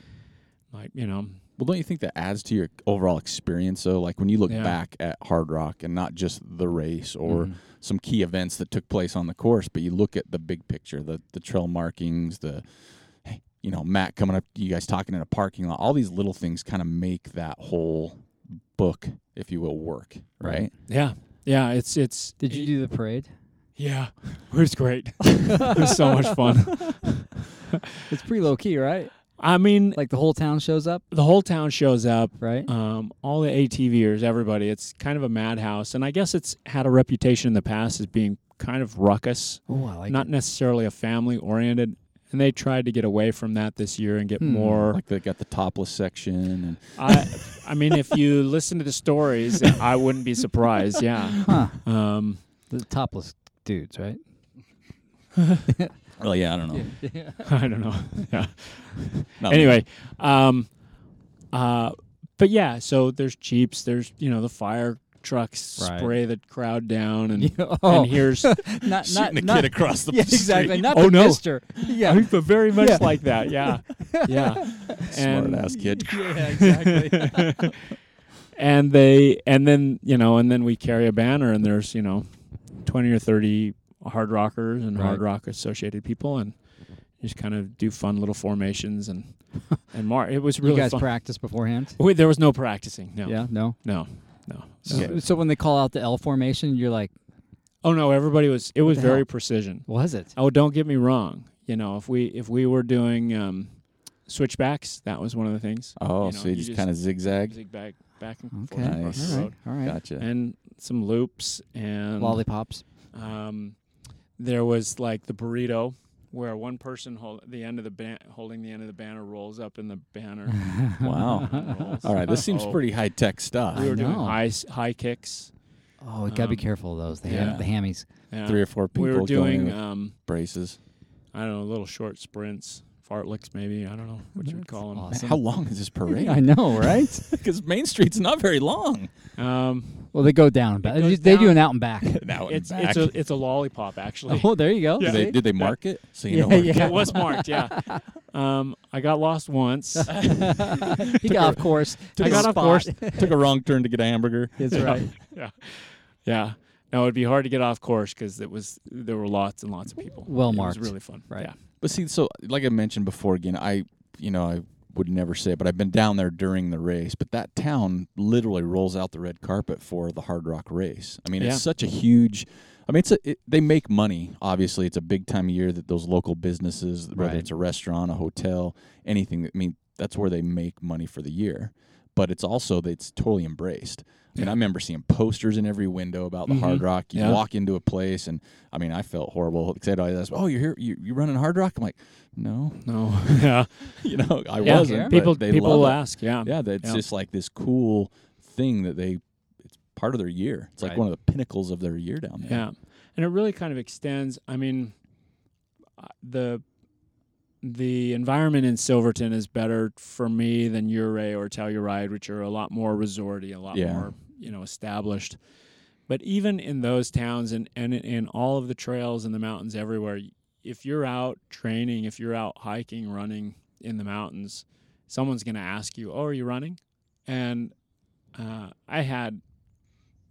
D: Like, you know,
A: Well, don't you think that adds to your overall experience? though? like when you look
D: Yeah.
A: back at Hard Rock and not just the race or
B: Mm-hmm.
A: some key events that took place on the course, but you look at the big picture, the the trail markings, the you know Matt coming up, you guys talking in a parking lot, all these little things kind of make that whole book, if you will, work, right?
D: yeah, yeah, it's, it's,
B: Did you do the parade?
D: yeah, <laughs> it was great. it was so much fun.
B: It's pretty low key, right?
D: I mean,
B: Like the whole town shows up,
D: the whole town shows up,
B: right?
D: um, all the ATVers, everybody. It's kind of a madhouse. And I guess it's had a reputation in the past as being kind of ruckus.
B: oh, I like
D: not necessarily a family oriented and they tried to get away from that this year and get
B: Hmm.
D: more
A: Like they got the topless section and
D: I, I mean if you listen to the stories i wouldn't be surprised yeah
B: Huh.
D: um, <laughs>
B: the topless dudes, right?
A: well, yeah, I don't know.
D: i don't know yeah.
A: Not
D: anyway um, uh, but yeah so there's jeeps there's you know the fire trucks
B: Right.
D: spray the crowd
B: <laughs>
D: down and,
B: Yeah, oh.
D: and here's
B: Not,
A: shooting
B: not,
A: a
B: not
A: kid across the
B: <laughs> yeah,
A: street.
B: exactly. Not <laughs>
D: Oh,
B: the
D: no.
B: mister. Yeah,
D: but <laughs> very much
B: Yeah.
D: like that yeah
C: yeah.
A: Smart ass
B: <laughs>
A: kid.
B: yeah, <laughs> exactly.
C: and they and then you know and then we carry a banner and there's you know 20 or 30 hard rockers and hard
A: Right.
C: rock associated people and just kind of do fun little formations and
B: <laughs>
C: and mar it was really
B: you guys
C: fun
B: practice beforehand?
C: Wait, there was no practicing no
B: Yeah, no.
C: no no
B: So,
A: Okay.
B: so when they call out the L formation, you're like,
C: oh no everybody was it was
B: the
C: very
B: hell?
C: precision
B: was it?
C: oh don't get me wrong you know if we if we were doing um switchbacks that was one of the things
A: Oh,
C: You know,
A: so you,
C: you
A: just,
C: just-
A: kind of zigzag.
C: zig back back and
B: Okay.
C: forth across
A: Nice.
C: the
B: All
C: road
B: right. All right.
A: Gotcha.
D: <laughs>
C: and some loops and
B: Lollipops.
C: Um, there was like the burrito, where one person hold the end of the ban- holding the end of the banner rolls up in the
A: <laughs>
C: banner.
A: wow.
C: rolls.
A: All right, this
D: <laughs>
A: seems
C: Oh.
A: pretty high tech stuff.
C: We were doing
B: know.
C: high s- high kicks.
B: Oh, you gotta be
C: Um,
B: careful of those. The,
C: yeah.
B: ham- the hammies.
C: Yeah.
A: Three or four people
C: we were
A: going
C: doing
A: in with
D: uh,
C: um,
A: braces.
C: I don't know little short sprints, fartlicks maybe. I don't know what you would call them.
B: awesome.
A: How long is this parade? <laughs>
B: I know, right?
A: Because Main Street's not very long.
C: Um,
B: well, they go down. But
C: It goes
B: they, they do
C: down.
B: an out and back.
A: Now
C: it's it's a it's a lollipop
A: <laughs>
C: actually.
B: <laughs> oh, there you go.
A: did, they,
B: See?
A: did they mark it? So you
B: Yeah,
A: know where
B: yeah.
C: <laughs> It was marked, yeah. Um, I got lost
A: <laughs>
C: once. I
B: he got off course.
A: I
B: his
A: got off
B: spot.
A: course. <laughs> <laughs> Took a wrong turn to get a hamburger.
B: That's right.
C: Yeah. No, it'd be hard to get off course because it was there were lots and lots of people.
B: Well
C: it
B: marked.
C: was really fun.
B: Right.
C: Yeah.
A: But see, so like I mentioned before, again, I you know I would never say it, but I've been down there during the race. But that town literally rolls out the red carpet for the Hard Rock race. I mean,
C: Yeah.
A: it's such a huge. I mean, it's a, it, they make money. Obviously, it's a big time of year that those local businesses, whether
B: Right.
A: it's a restaurant, a hotel, anything. I mean, that's where they make money for the year. But it's also that it's totally embraced. I mean, I remember seeing posters in every window about the Hard Rock. You
C: Yeah.
A: walk into a place, and I mean, I felt horrible. Except I asked, "Oh, you're here? You, you running Hard Rock?" I'm like, "No, <laughs>
C: No. <laughs> yeah.
A: you know, I
C: Yeah,
A: wasn't." but
C: people
A: they
C: people
A: love it.
C: ask. Yeah,
A: Yeah, that's
C: Yeah.
A: just like this cool thing that they. It's part of their year. It's like
B: Right.
A: one of the pinnacles of their year down there.
C: yeah, and it really kind of extends. I mean, uh, the the environment in Silverton is better for me than Uray or Telluride, which are a lot more resorty, a lot
A: Yeah.
C: more you know established. But even in those towns and and in all of the trails and the mountains everywhere, if you're out training, if you're out hiking, running in the mountains, someone's going to ask you, "Oh, are you running?" And uh, I had,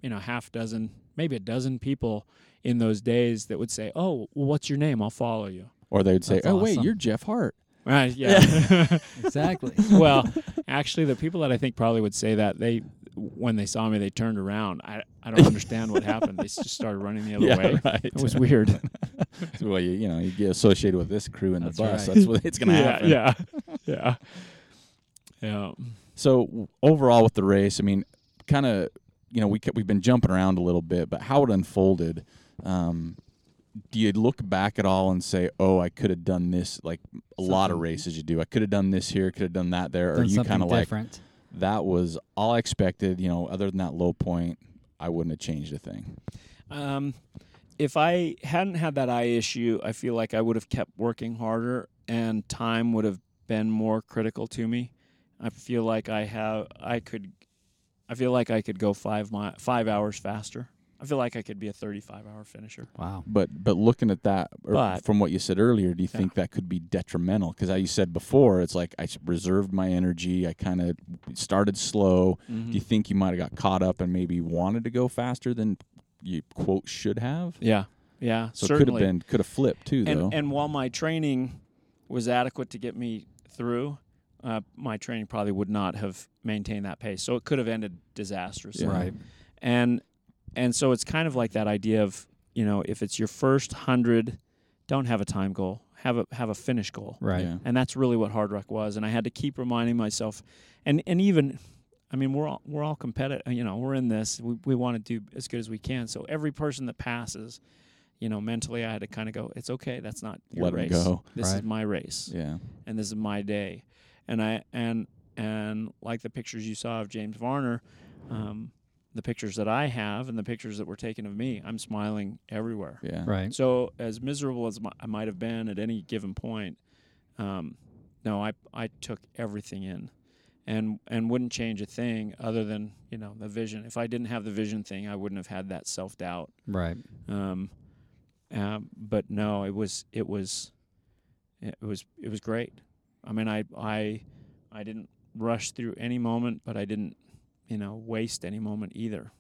C: you know, half dozen, maybe a dozen people in those days that would say, "Oh, well, what's your name? I'll follow you."
A: Or they would say,
B: That's
A: "Oh, wait,
B: awesome.
A: you're Jeff Hart."
C: Right? Yeah.
B: Exactly.
C: <laughs>
D: <laughs>
C: well, actually, the people that I think probably would say that they, when they saw me, they turned around. I, I don't understand what happened. They just started running
A: <laughs>
C: the other way.
A: right.
C: It was weird.
A: well, you, you know, you get associated with this crew in
B: That's
A: the bus.
B: right.
A: That's what it's going to
C: <laughs>
A: happen.
C: yeah, yeah, yeah,
A: So w- overall with the race, I mean, kind of, you know, we kept, we've been jumping around a little bit, but how it unfolded, um, do you look back at all and say, "Oh, I could have done this"? Like a lot of races, you do. I could have done this here, could have done that there, or
B: Done
A: you
B: something
A: kind of like
B: different.
A: that was all I expected. You know, other than that low point, I wouldn't have changed a thing.
D: Um, if I hadn't had that eye issue, I feel like I would have kept working harder, and time would have been more critical to me. I feel like I have, I could, I feel like I could go five mi- five hours faster. I feel like I could be a thirty-five hour finisher.
B: wow.
A: But but looking at that or
D: But-
A: from what you said earlier, do you
D: Yeah.
A: think that could be detrimental? Because as you said before, it's like I s- reserved my energy. I kind of started slow.
D: Mm-hmm.
A: Do you think you might have got caught up and maybe wanted to go faster than you quote should have?
C: yeah.
D: Yeah,
A: So it could have
D: certainly.
A: been could have flipped too though.
D: and, and while my training was adequate to get me through, uh, my training probably would not have maintained that pace. So it could have ended disastrously.
A: Yeah.
B: Right.
D: and and so it's kind of like that idea of you know if it's your first hundred, don't have a time goal, have a have a finish goal,
B: Right.
A: Yeah.
D: and that's really what hard rock was. And I had to keep reminding myself, and and even, I mean we're all we're all competitive, you know we're in this, we we want to do as good as we can. So every person that passes. You know, mentally, I had to kind of go. It's okay. That's not your
A: Let 'em
D: race.
A: go."
D: This is
B: Right.
D: my race
A: Yeah.
D: and this is my day and i and and like the pictures you saw of james varner um, the pictures that i have and the pictures that were taken of me i'm smiling everywhere
A: Yeah.
B: Right.
D: so as miserable as my, i might have been at any given point um, no i i took everything in and and wouldn't change a thing other than you know the vision if i didn't have the vision thing i wouldn't have had that self-doubt
B: Right.
D: um, um, but no, it was it was it was it was great. I mean, I I I didn't rush through any moment, but I didn't you know waste any moment either.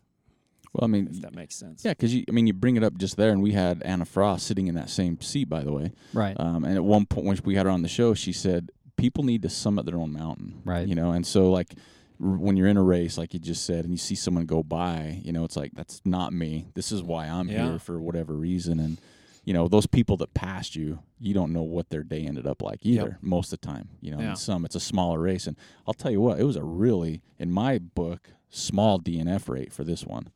A: Well, I mean,
D: If that makes sense.
A: yeah, because you, I mean, you bring it up just there, and we had Anna Frost sitting in that same seat, by the way.
B: Right.
A: Um, and at one point, when we had her on the show, she said people need to summit their own mountain.
B: Right.
A: You know, and so like r- when you're in a race, like you just said, and you see someone go by, you know, it's like that's not me. This is why I'm
D: Yeah.
A: here for whatever reason, and you know those people that passed you, you don't know what their day ended up like either. Most of the time, you know,
D: Yeah.
A: and some it's a smaller race, and I'll tell you what, it was a really, in my book, small DNF rate for this one.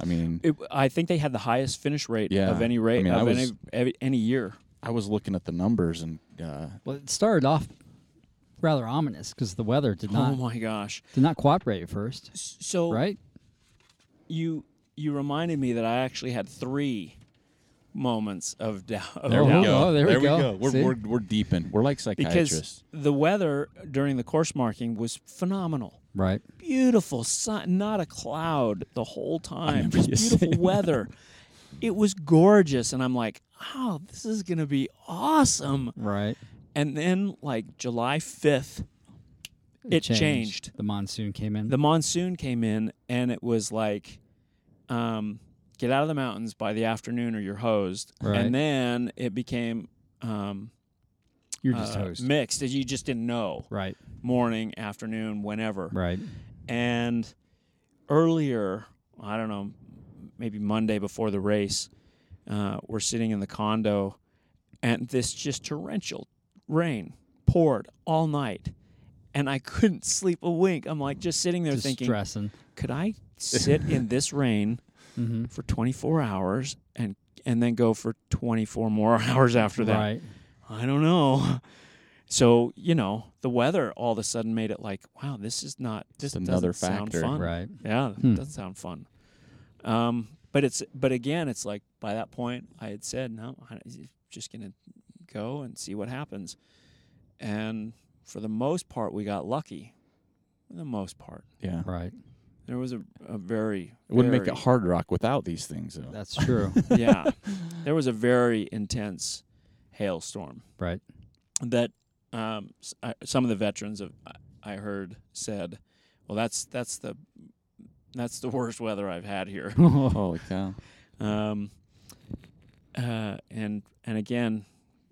A: I mean,
D: It, I think they had the highest finish rate
A: Yeah.
D: of any rate
A: I mean, I
D: of any,
A: was-
D: ev- any year.
A: I was looking at the numbers, and uh,
B: well, it started off rather ominous because the weather did
D: oh
B: not
D: my Oh. gosh!
B: did not cooperate at first.
D: S- So
B: Right.
D: you you reminded me that I actually had three moments of doubt. of
A: There we
D: doubt.
A: go.
B: Oh, there we go.
A: We're,
B: See?
A: we're, we're deep in. We're like psychiatrists.
D: because the weather during the course marking was phenomenal.
B: Right.
D: Beautiful sun, not a cloud the whole time.
A: remember
D: Just
A: you
D: beautiful weather. It was gorgeous, and I'm like, oh, this is gonna be awesome.
B: Right.
D: And then like July 5th, it, changed.
B: The monsoon came in.
D: The monsoon came in, and it was like, um, get out of the mountains by the afternoon, or you're hosed.
B: Right.
D: And then it became. Um,
B: You're just
D: uh,
B: host.
D: mixed that you just didn't know
B: right.
D: morning afternoon whenever
B: Right.
D: and earlier i don't know maybe monday before the race uh, we're sitting in the condo and this just torrential rain poured all night and i couldn't sleep a wink i'm like just sitting there
B: Just
D: thinking
B: stressing.
D: could i
A: <laughs>
D: sit in this rain
B: Mm-hmm.
D: for 24 hours and and then go for 24 more <laughs> hours after that
B: Right.
D: I don't know. So you know, the weather all of a sudden made it like, wow, this is not. This
A: Just another
D: doesn't sound
A: factor.
D: fun.
B: Right.
D: Yeah,
B: Hmm.
D: doesn't sound fun. Um, but it's but again, it's like by that point, I had said, no, I'm just gonna go and see what happens. And for the most part, we got lucky. For the most part,
A: yeah.
B: Right.
D: there was a, a very
A: It wouldn't make it
D: very-
A: hard rock without these things,
D: <laughs>
A: though.
B: That's true.
A: <laughs>
D: yeah, there was a very intense hailstorm.
B: right.
D: that um, s- I- some of the veterans of I- I heard said, "Well, that's that's the that's the worst weather I've
A: <laughs>
D: had here."
A: Holy cow.
D: um, uh, and and again,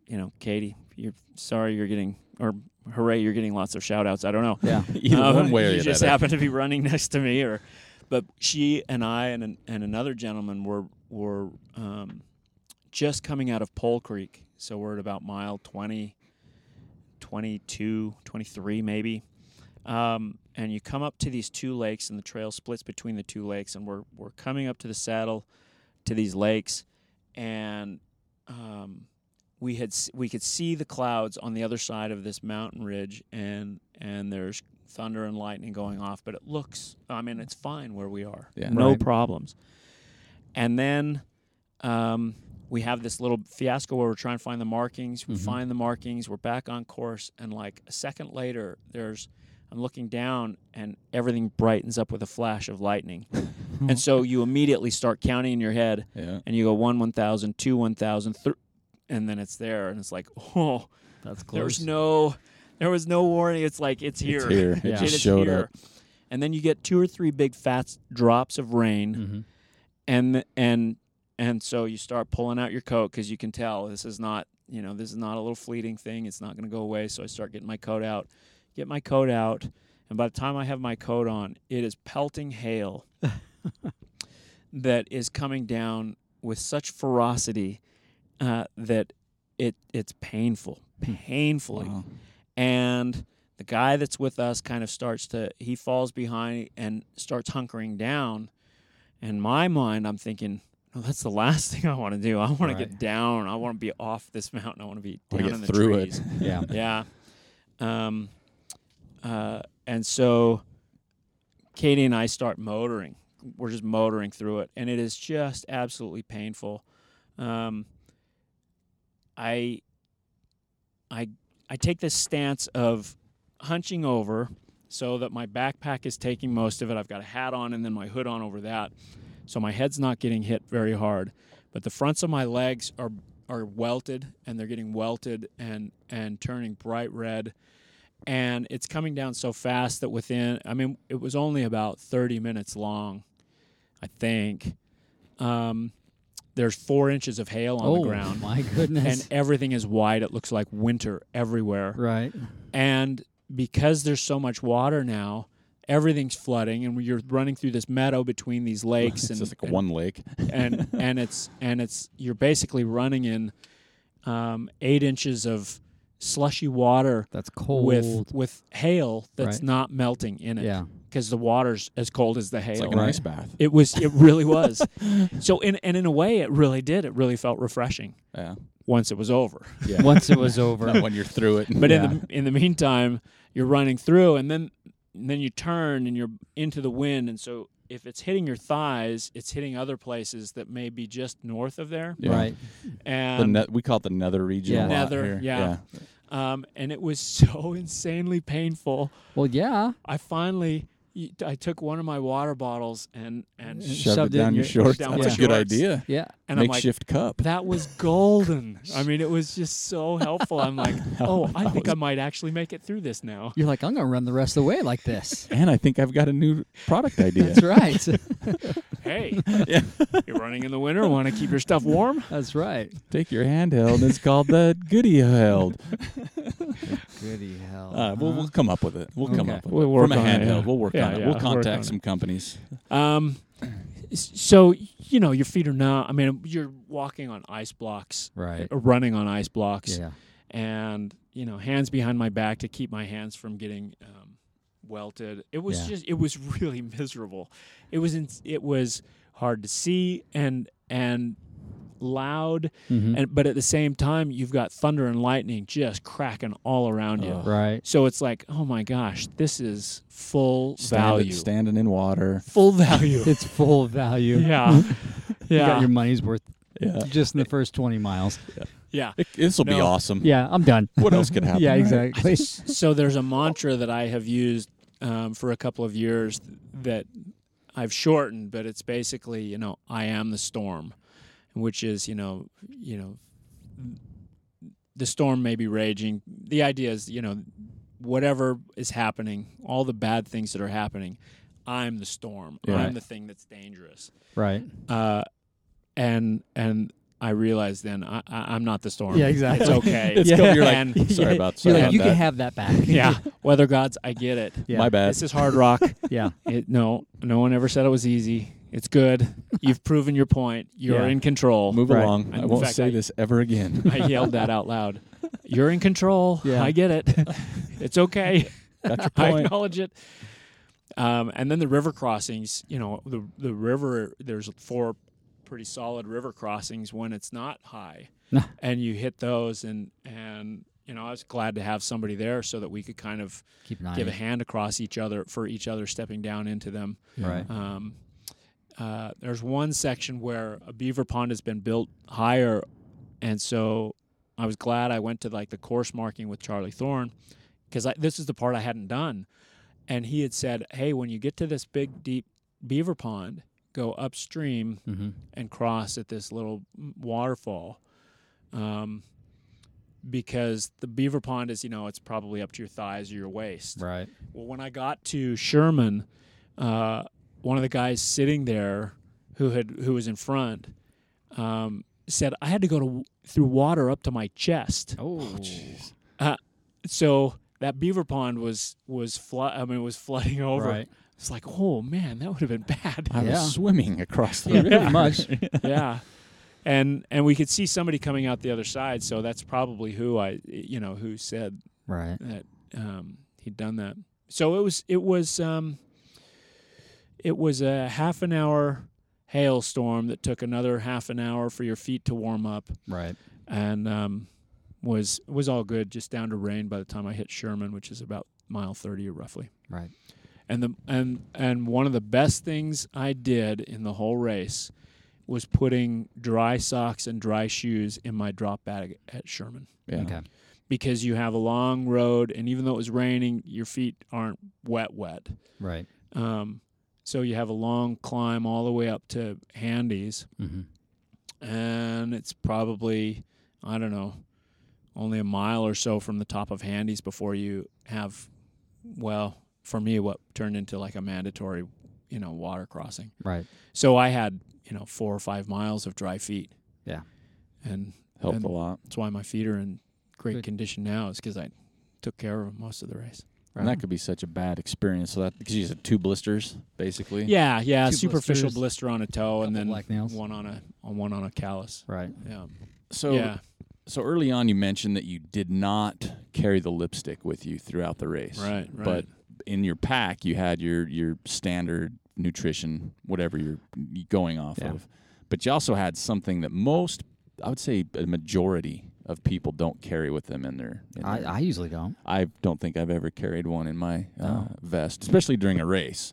D: you know, Katie, you're sorry you're getting or hooray you're getting lots of shout outs. I don't know.
B: Yeah.
A: Either
D: Um,
A: one way or
D: you
A: the
D: just
A: other.
D: happened to be running <laughs> next to me, or but she and I and an- and another gentleman were were um, just coming out of Pole Creek, so we're at about mile 20, 22, 23 maybe. Um, and you come up to these two lakes, and the trail splits between the two lakes, and we're we're coming up to the saddle to these lakes, and um, we had s- we could see the clouds on the other side of this mountain ridge and and there's thunder and lightning going off but it looks i mean it's fine where we are
A: Yeah.
D: no
B: Right.
D: problems and then um, we have this little fiasco where we're trying to find the markings we find the markings we're back on course and like a second later there's i'm looking down and everything brightens up with a flash of lightning and so you immediately start counting in your head
A: Yeah.
D: and you go one one thousand, two one thousand, three, and then it's there, and it's like, <laughs> oh,
B: <laughs> That's close.
D: there's no, there was no warning. It's like it's here,
A: It's
D: <laughs>
A: here. It
D: And
A: just
D: it's
A: showed
D: here.
A: up.
D: and then you get two or three big fat drops of rain,
A: Mm-hmm.
B: Mhm.
D: and and and so you start pulling out your coat because you can tell this is not, you know, this is not a little fleeting thing. It's not going to go away. So I start getting my coat out, get my coat out, and by the time I have my coat on, it is
A: <laughs>
D: pelting hail that is coming down with such ferocity uh, that it it's painful, painfully.
A: Hmm. Wow.
D: And the guy that's with us kind of starts to he falls behind and starts hunkering down. In my mind, I'm thinking. "No, that's the last <laughs> thing I want to do. I want to
B: Right.
D: get down. I want to be off this mountain. I want to be
A: Wanna
D: down
A: get
D: in the
A: through it.
D: trees
B: Yeah.
D: <laughs> yeah. Um, uh, and so Katie and I start motoring. We're just motoring through it, and it is just absolutely painful. Um, I, I, I take this stance of hunching over so that my backpack is taking most of it. I've got a hat on and then my hood on over that, so my head's not getting hit very hard, but the fronts of my legs are are welted and they're getting welted and and turning bright red, and it's coming down so fast that within i mean it was only about 30 minutes long i think um, there's four inches of hail on
B: oh
D: the ground
B: my
D: and
B: goodness!
D: everything is white it looks like winter everywhere
B: right.
D: and because there's so much water now everything's flooding and you're running through this meadow between these
A: <laughs>
D: lakes
A: It's
D: and,
A: just like
D: and-
A: one lake.
D: and and it's and it's you're basically running in um, eight inches of slushy water
B: That's cold.
D: with with hail that's
B: Right.
D: not melting in it
B: Yeah.
D: because the water's as cold as the hail.
A: It's like an ice bath.
D: It was it
A: <laughs>
D: really was. so in and in a way it really did. It really felt refreshing <laughs>
A: Yeah.
D: once it was over.
A: <laughs> Yeah.
B: Once it was over,
A: Not when you're through it.
D: But
B: Yeah.
D: in the in the meantime, you're running through and then and then you turn and you're into the wind and so if it's hitting your thighs, it's hitting other places that may be just north of there.
A: Yeah.
B: right?
A: The
D: And
A: ne- we call it the nether region.
B: Yeah.
A: a lot
D: Nether,
A: here.
D: Um, yeah. um and it was <laughs> so insanely painful.
B: Well, yeah.
D: I finally y- I took one of my water bottles and and
A: Shove
B: Shoved
A: it
B: it in
A: down your
B: your-
A: shorts.
D: down
A: That's
D: my
A: a good
D: shorts.
A: idea.
B: Yeah.
D: and I'm like
A: Makeshift cup.
D: <laughs> that was golden. I mean, it was just so helpful. I'm like, oh, I think I might actually make it through this
B: <laughs>
D: now.
B: You're like, I'm gonna run the rest of the way like
A: <laughs>
B: this.
A: And I think I've got a new product
D: <laughs>
A: idea.
B: That's right. <laughs>
D: Hey, you're running in the winter. Want to keep your stuff warm?
B: That's right.
A: Take your handheld. It's called the Goody Held.
B: Goody hell.
A: Uh, we'll, we'll come up with it. We'll come
B: Okay.
A: up with
D: We'll
A: it.
D: work
A: From a
D: on it,
A: handheld,
D: yeah.
A: we'll work
D: Yeah,
A: on it.
D: yeah,
A: we'll
D: work on
A: contact
D: it.
A: some companies.
D: Um, s- so you know, your feet are not. I mean, you're walking on ice blocks,
B: right.
D: or running on ice blocks,
B: Yeah.
D: and you know, hands behind my back to keep my hands from getting um, welted. It was
B: Yeah.
D: just. It was <laughs> really miserable. It was. In, it was hard to see and and loud
B: Mhm.
D: and but at the same time you've got thunder and lightning just cracking all around you
B: right.
D: so it's like oh my gosh this is full value
A: Standing, standing in water.
D: full value
B: It's full value. <laughs>
D: yeah
B: You got
D: <laughs> yeah
B: your money's worth
A: Yeah.
B: just in the first 20 miles.
D: yeah
A: This will be
D: No.
A: awesome.
B: Yeah, I'm done.
A: What else
D: <laughs>
A: could happen?
B: yeah,
A: right?
B: exactly.
D: so there's a mantra that i have used um, for a couple of years that i've shortened but it's basically you know i am the storm which is you know you know the storm may be raging the idea is you know whatever is happening all the bad things that are happening i'm the storm
A: Yeah.
D: i'm the thing that's dangerous
B: <laughs> Right.
D: uh, and and i realized then I, I, i'm not the storm
B: Yeah, exactly.
D: it's
B: <laughs>
D: okay
A: It's
B: Yeah.
A: cool. You're
D: And-
A: like, sorry about
B: You're
A: sorry
B: like,
A: about
B: you
A: that.
B: can have that back.
D: yeah weather gods i get it
B: <laughs> Yeah.
A: My bad.
D: this is hard rock
B: Yeah.
D: It, no, no one ever said it was easy. It's good. You've proven your point. You're
B: Yeah.
D: in control.
A: Move
B: Right.
A: along. I
D: In
A: won't
D: fact,
A: say
D: I-
A: this ever again.
D: <laughs> I yelled that out loud. You're in control.
B: Yeah.
D: I get it. <laughs> It's okay.
A: Got your
D: I
A: point.
D: acknowledge it. Um, and then the river crossings. You know, the the river. There's four pretty solid river crossings when it's not high,
B: Nah.
D: and you hit those. And and you know, I was glad to have somebody there so that we could kind of
B: Keep an eye
D: give
B: on
D: a hand across each other for each other stepping down into them.
B: it. Right.
D: Um, uh, there's one section where a beaver pond has been built higher, and so I was glad I went to like the course marking with Charlie Thorne because this is the part I hadn't done, and he had said, "Hey, when you get to this big deep beaver pond, go upstream
B: Mm-hmm.
D: and cross at this little m- waterfall um, because the beaver pond is you know it's probably up to your thighs or your waist
B: Right.
D: well when i got to sherman uh, one of the guys sitting there who had who was in front um, said i had to go to w- through water up to my chest
B: Oh,
D: so that beaver pond was was flood i mean it was <laughs> flooding over
B: Right.
D: it's like oh man that would have been bad
A: I
B: Yeah.
A: was swimming across the
D: <laughs>
B: <laughs> Yeah,
A: river.
B: pretty much.
D: yeah and and we could see somebody coming out the other side so that's probably who i you know who said
B: Right.
D: that um he'd done that so it was it was um it was a half an hour hailstorm that took another half an hour for your feet to warm up
B: Right.
D: and um was was all good just down to rain by the time i hit sherman which is about mile 30 or roughly
B: Right.
D: and the and and one of the best things I did in the whole race was putting dry socks and dry shoes in my drop bag at Sherman
A: Yeah.
B: Okay.
D: because you have a long road and even though it was raining, your feet aren't wet wet.
B: Right.
D: Um, so you have a long climb all the way up to Handy's
B: Mm-hmm.
D: and it's probably I don't know
C: only a mile or so from the top of Handy's before you have, well, for me, what turned into like a mandatory, you know, water crossing.
B: Right.
C: So I had, you know, four or five miles of dry feet.
B: Yeah.
C: And
A: Helped
C: And-
A: a lot.
C: that's why my feet are in great
B: Good.
C: condition now, is because I took care of them most of the race.
A: And that could be such a bad experience. So that because you said two blisters basically.
C: Yeah, yeah.
B: Two
C: superficial
B: blisters,
C: blister on a toe, and
B: couple
C: then
B: black nails.
C: one on a on one on a callus.
B: Right.
C: Yeah.
A: So
C: yeah.
A: so early on you mentioned that you did not carry the lipstick with you throughout the race.
C: Right. Right.
A: But in your pack you had your your standard nutrition whatever you're going off
B: Yeah.
A: of. But you also had something that most I would say a majority of people don't carry with them in their. In
B: I,
A: their
B: I usually <laughs> don't.
A: I don't think I've ever carried one in my uh, vest, especially during a race.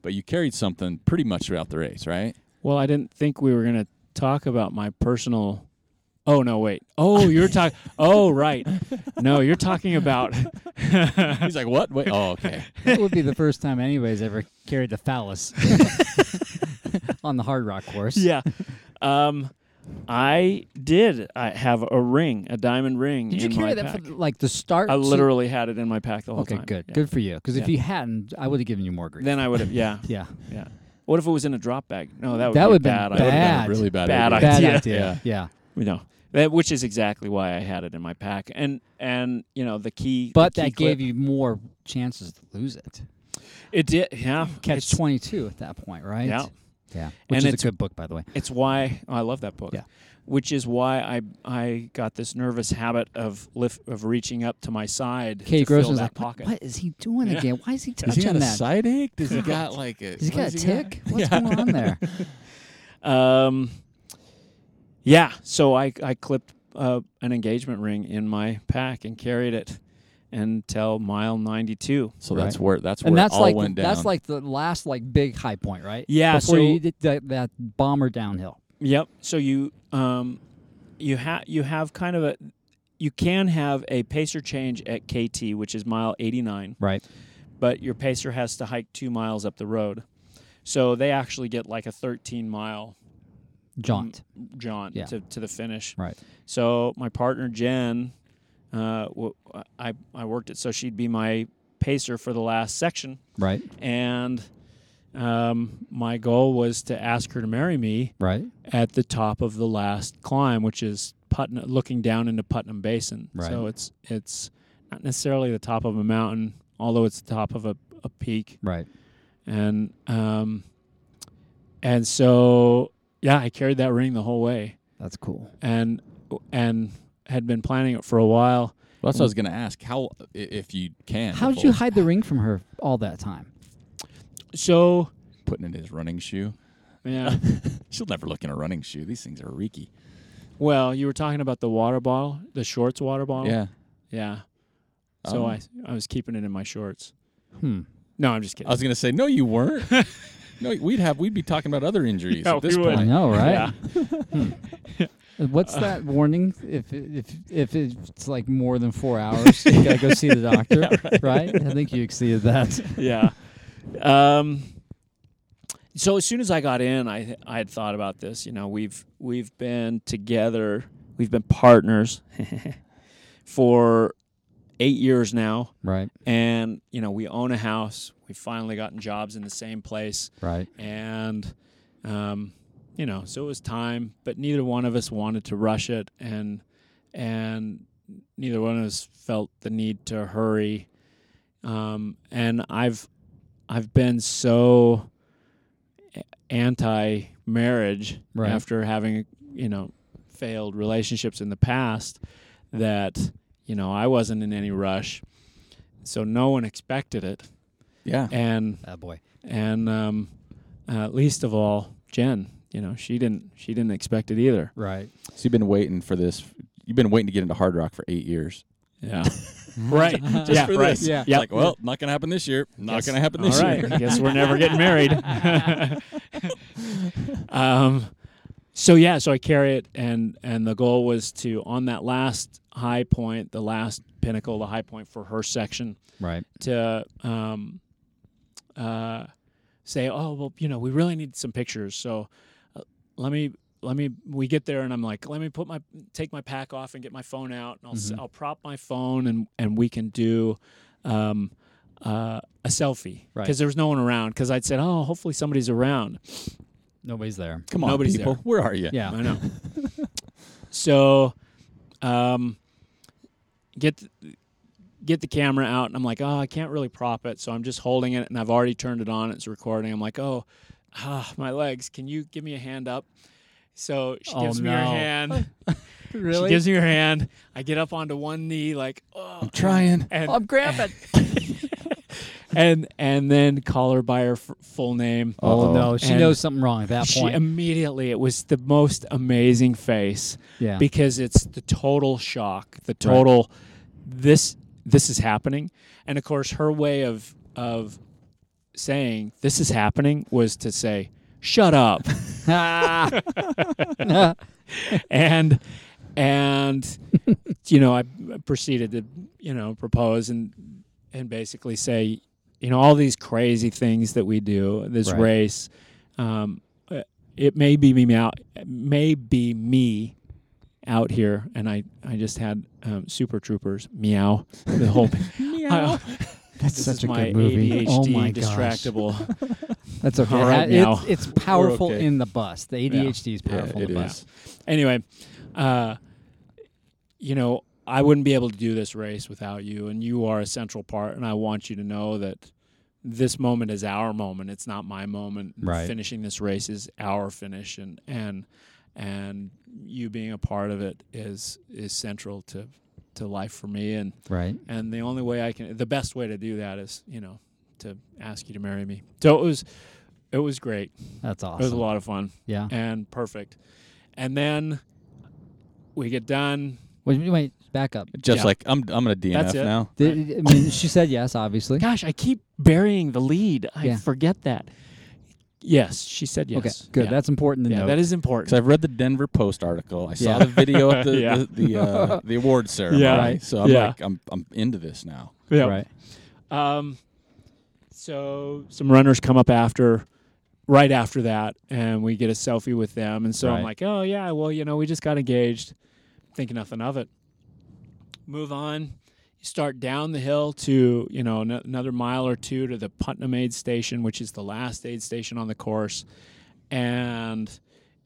A: But you carried something pretty much throughout the race,
B: <laughs>
A: right?
C: Well, I didn't think we were going to talk about my personal. Oh no, wait. Oh, you're
A: <laughs>
C: talking. oh, right. No, you're talking about.
A: He's like, "What? Wait, oh,
B: <laughs>
A: okay."
B: That would be the first time anybody's ever carried the <laughs> phallus on the hard rock course.
D: yeah. Um, I did. I have a ring, a diamond ring.
B: Did you
D: in
B: carry
D: my
B: that
D: pack.
B: from like the start?
D: I
B: to-
D: literally had it in my pack the whole
B: Okay,
D: time.
B: good.
D: Yeah.
B: Good for you. Because if
D: Yeah.
B: you hadn't, I would have given you more grief.
D: Then I would have. Yeah.
B: yeah.
D: Yeah. What if it was in a drop bag? No, that would
B: That
D: be
B: would've been
D: bad.
A: That would've been a
B: Bad.
A: really bad,
D: Bad
A: idea.
D: idea.
B: Bad
D: Yeah.
B: idea. Yeah.
D: You know. That, which is exactly why I had it in my pack, and and you know the key.
B: But
D: the key
B: that gave
D: clip-
B: you more chances to lose it.
D: it did. Yeah,
B: Catch
D: it's,
B: 22 at that point, right?
D: Yeah.
B: Yeah.
D: And
B: Which is a
D: it's-
B: good book, by the way.
D: It's why oh, I love that book.
B: Yeah.
D: Which is why I I got this nervous habit of lift of reaching up to my side
B: Kay
D: to fill
B: Grossman's
D: that
B: like,
D: pocket.
B: what is he doing
D: Yeah.
B: again? Why is he
A: Does he
B: touching
A: got a
B: that?
A: side ache? Does
B: <laughs>
A: he got like a?
B: Has he
A: what
B: got a
A: does
B: tick? What's going on there?
D: Um, yeah, so I I clipped uh, an engagement ring in my pack and carried it until mile ninety two.
A: So that's where that's where
B: and that's
A: it all
B: like
A: went down.
B: that's like the last like big high point, right?
D: Yeah,
B: Before
D: so-
B: you did that, that bomber downhill.
D: Yep. So you um, you have you have kind of a you can have a pacer change at KT, which is mile eighty nine.
B: Right.
D: but your pacer has to hike two miles up the road. So they actually get like a 13 mile
B: Jaunt.
D: jaunt
B: Yeah.
D: to, to the finish.
B: Right.
D: So my partner Jen, uh, w- I, I worked it so she'd be my pacer for the last section.
B: Right.
D: And um, my goal was to ask her to marry me
B: Right.
D: at the top of the last climb, which is Putnam, looking down into Putnam Basin.
B: Right.
D: So it's it's not necessarily the top of a mountain, although it's the top of a, a peak
B: Right.
D: and um, and so yeah, I carried that ring the whole way,
B: That's cool.
D: and and had been planning it for a while.
A: Well, that's what I was gonna ask. How i- if Mm. you can?
B: How did
A: before
B: you hide the ring from her all that time?
D: So
A: Putting it in his running shoe.
D: yeah,
A: She'll never look in a running shoe. These things are reeky.
D: well, you were talking about the water bottle, the shorts water bottle.
A: Yeah.
D: yeah. So
A: Oh.
D: I I was keeping it in my shorts.
B: Hmm.
D: No, I'm just kidding.
A: I was gonna say no, you weren't. <laughs> no, we'd have we'd be talking about other injuries
D: Yeah,
A: at this
D: we would.
A: point.
B: I know, right?
D: Yeah.
B: What's that warning? If if if it's like more than four hours, you gotta go see the doctor, right. I think you exceeded that.
D: yeah. Um, so as soon as I got in, I I had thought about this. You know, we've we've been together, we've been partners <laughs> for eight years now,
B: Right.
D: and you know we own a house. We've finally gotten jobs in the same place,
B: Right.
D: and um, you know, so it was time. But neither one of us wanted to rush it, and and neither one of us felt the need to hurry. Um, and I've I've been so anti marriage
B: Right.
D: after having you know failed relationships in the past that you know I wasn't in any rush, so no one expected it,
A: Yeah.
D: and
B: Oh boy.
D: and um, uh, least of all Jen. You know, she didn't she didn't expect it either.
B: Right.
A: So you've been waiting for this. You've been waiting to get into Hard Rock for eight years. <laughs>
D: Yeah, right. yeah,
A: for
D: right.
A: this.
B: Yeah.
D: Yep.
A: Like, well, not gonna happen this year. Not
D: Guess-
A: gonna happen this
D: all right.
A: year. <laughs>
D: Guess we're never getting married. <laughs> um, so yeah, so I carry it, and and the goal was to on that last high point, the last pinnacle, the high point for her section,
B: Right.
D: to um, uh, say, oh well, you know, we really need some pictures, so uh, let me let me we get there and i'm like let me put my take my pack off and get my phone out and i'll, s will prop my phone and and we can do um uh, a selfie because
B: Right.
D: there was no one around because i'd said oh hopefully somebody's around
B: Nobody's there.
A: Come on,
D: Nobody's
A: people.
D: there.
A: Where are you?
B: Yeah.
D: I <laughs> know. so, um, get th- get the camera out, and I'm like, oh, I can't really prop it, so I'm just holding it, and I've already turned it on. It's recording. I'm like, oh, ah, my legs. Can you give me a hand up? So she
B: Oh,
D: gives me her
B: no.
D: hand.
B: Really?
D: She gives me her hand. I get up onto one knee, like, oh,
A: Trying.
D: and
B: I'm grabbing.
D: <laughs> and and then call her by her f- full name.
B: Oh no, she
D: And
B: knows something wrong at that <laughs>
D: She
B: point.
D: immediately, it was the most amazing face.
B: yeah.
D: because it's the total shock, the total this this is happening, and of course her way of of saying this is happening was to say shut up
B: Ah,
D: and and <laughs> you know I proceeded to you know propose and and basically say you know all these crazy things that we do this
B: Right.
D: race um, uh, it may be me out it may be me out here and I I just had um, super troopers meow the
B: <laughs>
D: whole <laughs> meow
B: that's
D: this
B: such
D: is
B: a
D: my
B: good movie.
D: ADHD
B: oh my gosh.
D: distractible
B: That's okay.
D: All right,
B: Uh,
D: now.
B: It's, it's powerful
A: okay.
B: in the bus. The ADHD is powerful
A: it
B: in the
A: is.
B: bus.
D: anyway, uh, you know, I wouldn't be able to do this race without you, and you are a central part. And I want you to know that this moment is our moment. It's not my moment.
B: Right.
D: Finishing this race is our finish, and and and you being a part of it is is central to to life for me. And
B: Right.
D: and the only way I can, the best way to do that is, you know, to ask you to marry me. So it was, it was great.
B: That's
D: It was a
B: awesome.
D: lot of fun
B: Yeah.
D: and perfect. And then we get done.
B: Wait, wait, wait, back up.
A: Just
D: Yeah.
A: like I'm. I'm gonna DNF
D: That's it.
A: now.
B: Did, I mean, she said yes, obviously.
D: Gosh, I keep burying the lead. I
B: Yeah.
D: forget that. Yes, she said yes.
B: Okay, good.
D: Yeah.
B: That's important to
D: yeah,
B: know.
D: that is
A: Because
D: important.
A: I've read the Denver Post article. I saw
B: Yeah.
A: the video at the
D: <laughs> Yeah.
A: the the, uh, the award ceremony.
D: Right.
A: So I'm
D: Yeah.
A: like, I'm I'm into this now.
D: Yeah.
B: right.
D: Um, so some runners come up after, right after that, and we get a selfie with them. And so I'm
A: Right.
D: like, oh yeah, well you know we just got engaged, thinking nothing of it. Move on. You start down the hill to you know n- another mile or two to the Putnam Aid Station, which is the last aid station on the course, and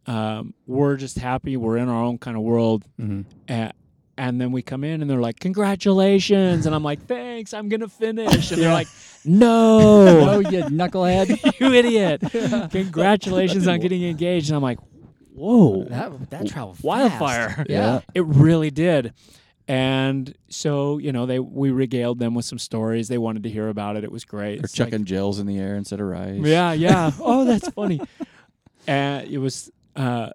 D: um, we're just happy. We're in our own kind of world. And, and then we come in and they're like, Congratulations. And I'm like, Thanks, I'm going to finish. And they're like,
B: Oh,
D: No,
B: you
D: <laughs>
B: knucklehead.
D: you
B: <laughs>
D: idiot. Congratulations on getting engaged. And I'm like, Whoa,
B: that that traveled
D: wildfire. <laughs>
B: fast. Yeah.
D: It really did. And so, you know, they we regaled them with some stories. They wanted to hear about it. It was great.
A: They're
D: It's like-
A: chucking gels in the air instead of rice.
B: <laughs>
D: yeah, yeah. Oh, that's funny. Uh, it was uh,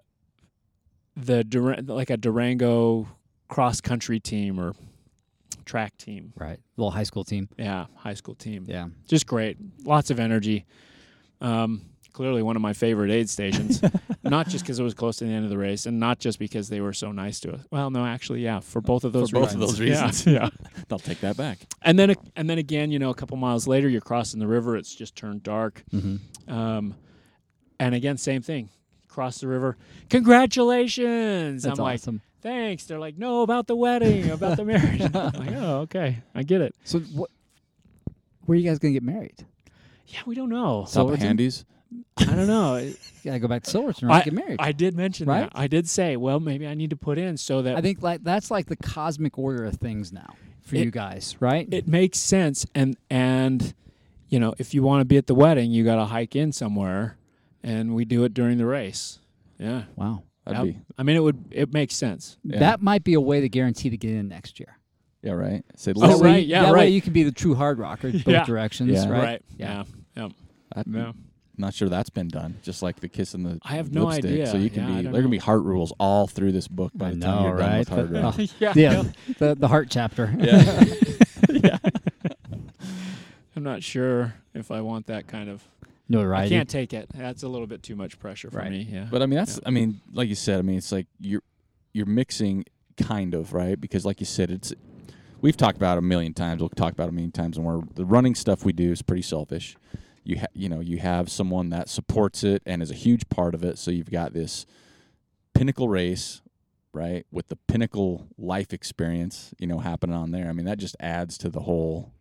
D: the Dur- like a Durango cross country team or track team.
B: Right. Little high school team.
D: Yeah, high school team.
B: Yeah.
D: Just great. Lots of energy. Um, clearly one of my favorite aid
B: <laughs>
D: stations. not just because it was close to the end of the race, and not just because they were so nice to us. Well, no, actually, yeah, for both of those
A: For both of
D: reasons.
A: those
D: Yeah,
A: reasons.
D: <laughs> yeah.
A: I'll take that back.
D: And then, and then again, you know, a couple miles later, you're crossing the river. It's just turned dark.
A: Mm-hmm.
D: Um, and again, same thing. Cross the river. Congratulations!
B: That's
D: I'm like,
B: awesome.
D: thanks. They're like, no, about the wedding, about
B: <laughs>
D: the marriage. I'm like, oh, okay, I get it.
B: So what? Where are you guys gonna get married?
D: Yeah, we don't know.
A: Top
D: I
A: handies.
B: <laughs>
D: don't know.
B: You gotta go back to Silverton
D: I,
B: to get married.
D: I did mention
B: Right?
D: that. I did say, well, maybe I need to put in so that
B: I think like that's like the cosmic order of things now for
D: It-
B: you guys, right?
D: it makes sense. And and you know, if you want to be at the wedding, you got to hike in somewhere, and we do it during the race. Yeah.
B: wow.
A: That'd
D: Yep.
A: be.
D: I mean, it would. It makes sense.
A: Yeah.
B: That might be a way to guarantee to get in next year.
A: Yeah. Right. Say
D: Oh,
B: That
A: listen.
B: way-
D: right, yeah,
B: that
D: right.
B: Way you can be the true hard
A: <laughs>
B: rocker in both
D: Yeah.
B: directions,
A: Yeah.
B: right?
D: Yeah.
B: Yeah. Mm-hmm.
D: Yeah.
A: I-
D: Yeah.
A: Not sure that's been done. Just like the kiss and the
D: I have no
A: lipstick.
D: idea.
A: So you can
D: Yeah, I
A: be
D: don't
A: there are gonna be
D: know.
A: heart rules all through this book by
B: I
A: the time
B: know,
A: you're
B: right?
A: done with
B: But-
A: heart rules.
D: <laughs> Yeah.
B: <laughs> Yeah, the the heart chapter.
A: yeah.
D: I'm not sure if I want that kind of. I
B: <laughs> Notoriety.
D: can't take it. That's a little bit too much pressure for
B: Right.
D: me. Yeah.
A: But I mean, that's I mean, like you said, I mean, it's like you're you're mixing kind of right because, like you said, it's we've talked about it a million times. We'll talk about it a million times, and we're the running stuff we do is pretty selfish. You ha- you know you have someone that supports it and is a huge part of it, so you've got this pinnacle race, right, with the pinnacle life experience, you know, happening on there. I mean, that just adds to the whole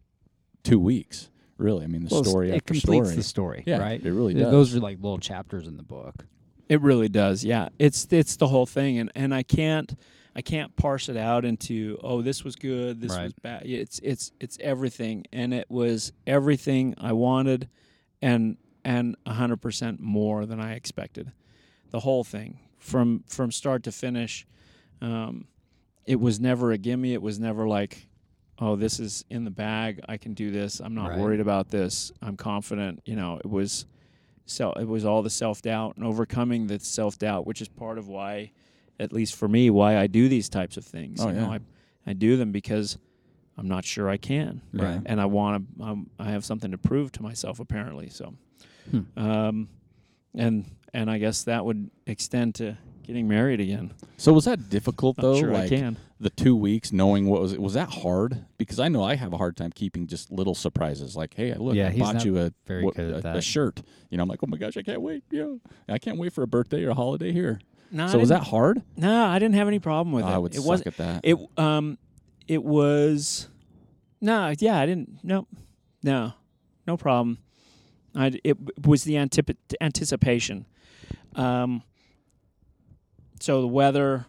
A: two weeks, really. I mean, the
B: Well, it's-
A: story
B: it
A: after
B: completes
A: story.
B: the story,
A: Yeah,
B: right?
A: it really
B: Th-
A: does.
B: Those are like little chapters in the book.
D: It really does. Yeah. It's it's the whole thing and and I can't I can't parse it out into oh this was good, this
B: Right.
D: was bad. It's it's it's everything and it was everything I wanted and and 100% more than I expected. The whole thing from from start to finish um it was never a gimme. It was never like oh this is in the bag. I can do this. I'm not
B: Right.
D: worried about this. I'm confident, you know. It was so it was all the self doubt and overcoming the self doubt, which is part of why, at least for me, why I do these types of things.
A: Oh,
D: you know,
A: yeah.
D: I, I do them because I'm not sure I can,
A: Right.
D: and I want to. Um, I have something to prove to myself, apparently. So,
B: Hmm.
D: um, and and I guess that would extend to getting married again.
A: So was that difficult
D: Not
A: though?
D: sure I
A: like
D: can.
A: the two weeks, knowing what was was that hard? Because I know I have a hard time keeping just little surprises. Like, hey, look,
B: Yeah,
A: I
B: he's
A: bought
B: not
A: you a
B: very good at
A: a- a
B: that.
A: shirt. You know, I'm like, oh my gosh, I can't wait. Yeah, I can't wait for a birthday or a holiday here.
D: No, I
A: so was
D: didn't-
A: that hard?
D: No, I didn't have any problem with it.
A: Oh, I would
D: it
A: suck
D: wasn't.
A: at that.
D: It um, it was. No, yeah, I didn't. No, no, no problem. I d- it w- was the antip- anticipation. Um, so the weather,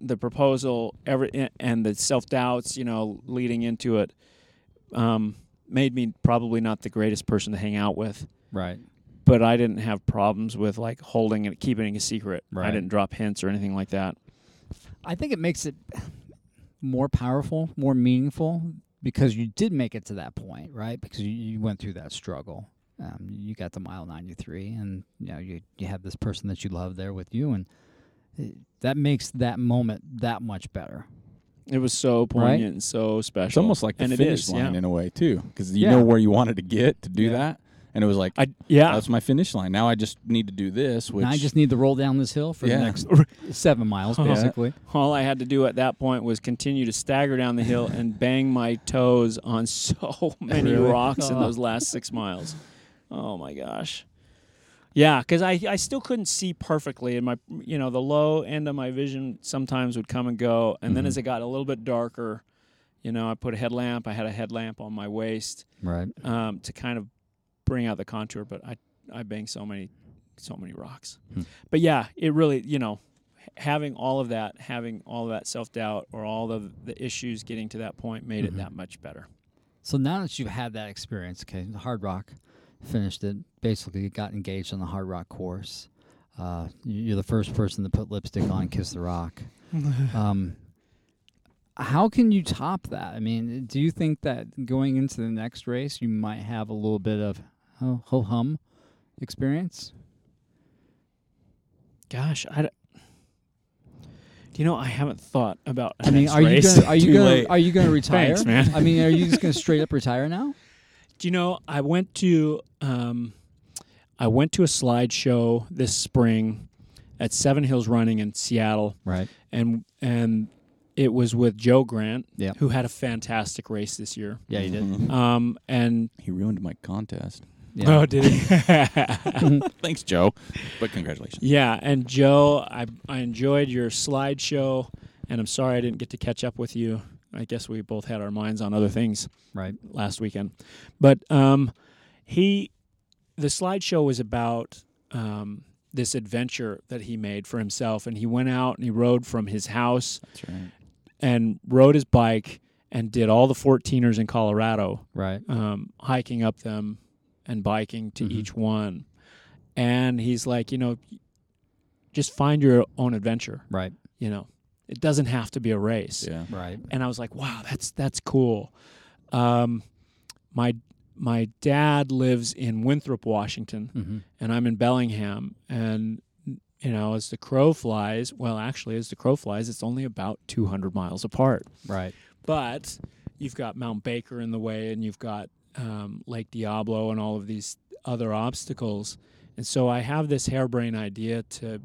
D: the proposal, every a- and the self doubts, you know, leading into it, um, made me probably not the greatest person to hang out with.
B: Right.
D: But I didn't have problems with like holding and keeping it a secret. I
B: Right.
D: didn't drop hints or anything like that.
B: I think it makes it more powerful, more meaningful because you did make it to that point, right? Because you, you went through that struggle. Um, you got to mile 93 and you know you you have this person that you love there with you and it- that makes that moment that much better.
D: It was so poignant and so special.
A: It's almost like the
D: and it
A: finish
D: is,
A: line
D: yeah.
A: in a way too, because you
B: Yeah.
A: know where you wanted to get to do
D: Yeah.
A: that, and it was like,
D: I yeah.
A: that's my finish line. Now I just need to do this. Which
B: now I just need to roll down this hill for
A: Yeah. <laughs>
B: the next 7 miles basically.
D: all I had to do at that point was continue to stagger down
A: <laughs>
D: the hill and bang my toes on so <laughs> many rocks
A: Oh.
D: in those last six miles. Oh my gosh. Yeah, because I, I still couldn't see perfectly, and my you know the low end of my vision sometimes would come and go, and
A: Mm-hmm.
D: then as it got a little bit darker, you know I put a headlamp. I had a headlamp on my waist,
B: Right.
D: um, to kind of bring out the contour. But I I bang so many so many rocks.
B: Hmm.
D: But yeah, it really you know h- having all of that, having all of that self doubt or all of the issues getting to that point made
B: Mm-hmm.
D: it that much better.
B: So now that you've had that experience, okay, the Hard Rock finished it. Basically, got engaged on the Hard Rock course. Uh, you- you're the first person to put lipstick on Kiss the Rock. Um, how can you top that? I mean, do you think that going into the next race, you might have a little bit of ho ho hum experience?
D: Gosh, I. d- Do you know I haven't thought about.
B: I mean,
D: next
B: are you
D: race.
B: gonna, are you
D: <laughs> Too
B: gonna
D: late.
B: are you gonna retire?
D: Thanks, man.
B: I mean, are you
D: <laughs>
B: just gonna straight up retire now?
D: Do you know I went to um, I went to a slideshow this spring at Seven Hills Running in Seattle,
B: Right.
D: and and it was with Joe Grant,
B: Yep.
D: who had a fantastic race this year.
B: Yeah, you did.
D: Um, and
A: he ruined my contest.
B: Yeah.
D: Oh, did he?
A: Thanks, Joe. But
B: <laughs>
A: congratulations.
D: <laughs> yeah, and Joe, I I enjoyed your slideshow, and I'm sorry I didn't get to catch up with you. I guess we both had our minds on other things.
B: Right.
D: last weekend. But um, he, the slideshow was about um, this adventure that he made for himself, and he went out and he rode from his house
A: That's right.
D: and rode his bike and did all the 14ers in Colorado,
B: Right.
D: um, hiking up them and biking
A: Mm-hmm.
D: to each one. And he's like, you know, just find your own adventure.
B: Right.
D: You know, it doesn't have to be a race
A: Yeah.
B: Right.
D: and I was like, "Wow, that's that's cool." Um, my my dad lives in Winthrop, Washington,
B: Mm-hmm.
D: and I'm in Bellingham, and you know, as the crow flies, well, actually, as the crow flies, it's only about 200 miles apart,
B: Right.
D: but you've got Mount Baker in the way, and you've got um, Lake Diablo, and all of these other obstacles, and so I have this harebrained idea to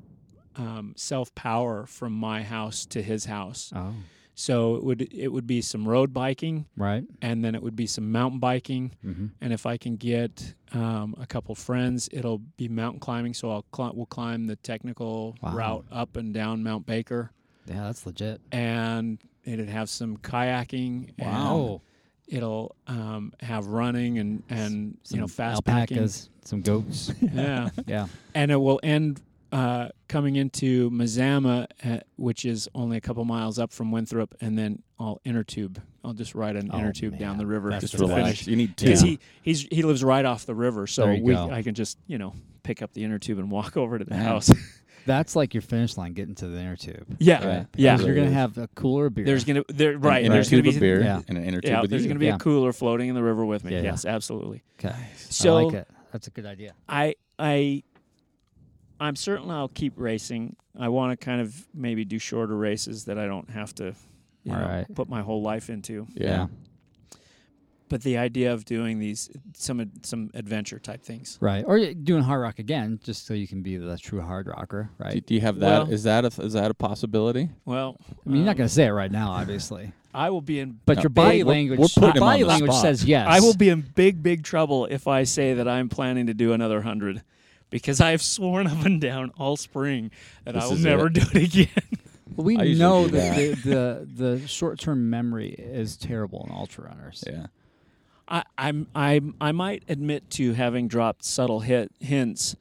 D: um, self power from my house to his house
B: Oh.
C: So it would it would be some road biking,
B: Right.
C: and then it would be some mountain biking.
B: Mm-hmm.
C: And if I can get um, a couple friends, it'll be mountain climbing. So I'll cli- we'll climb the technical
B: Wow.
C: route up and down Mount Baker,
B: Yeah, that's legit.
C: and it'd have some kayaking. and
B: Wow.
C: it'll um, have running and and
B: Some
C: you know fast
B: alpacas, some goats.
C: packing.
B: <laughs>
C: Yeah.
B: yeah.
C: and it will end uh, coming into Mazama, uh, which is only a couple miles up from Winthrop, and then I'll inner tube. I'll just ride an
B: Oh,
C: inner tube down
B: man.
C: the river.
A: Just
C: to
A: relax.
C: finish.
A: You need two.
C: Because he he's he lives right off the river, so
B: There you
C: we
B: go.
C: I can just you know pick up the inner tube and walk <laughs> over to the
A: Man.
C: house.
B: That's like your finish line getting to the inner tube.
C: yeah,
A: Right.
C: yeah.
B: 'Cause You're going
A: Right.
B: to have a cooler beer.
D: There's gonna there right.
A: An inner
D: There's gonna
A: tube
D: be
A: of beer
B: yeah.
A: and an inner tube
D: yeah.
A: with
D: There's
A: you.
D: gonna be
B: Yeah.
D: a cooler floating in the river with me.
B: Yeah, yeah.
D: yes, absolutely.
B: okay.
D: So
B: I like it. That's a good idea.
D: I I I'm certain I'll keep racing. I want to kind of maybe do shorter races that I don't have to you know,
B: Alright.
D: put my whole life into.
A: yeah.
D: But the idea of doing these some ad- some adventure type things.
B: Right. Or you're doing hard rock again, just so you can be the true hard rocker, right?
A: Do, do you have that? Is
D: Well-
A: that a, is that a possibility?
D: Well,
B: I mean, you're not
D: um,
B: going to say it right now, obviously.
D: I will be in
B: But
A: No,
B: your body
A: we're-
B: language,
A: we're putting him on
B: body
A: the
B: language
A: spot.
B: says yes.
D: I will be in big big trouble if I say that I'm planning to do another 100 because I have sworn up and down all spring that
A: This
D: I will
A: is
D: never
A: it.
D: do it again.
B: Well, we
A: I usually
B: know
A: do
B: that,
A: <laughs>
B: the, the the short term memory is terrible in ultra runners.
A: Yeah.
D: I, I'm I I might admit to having dropped subtle hit, hints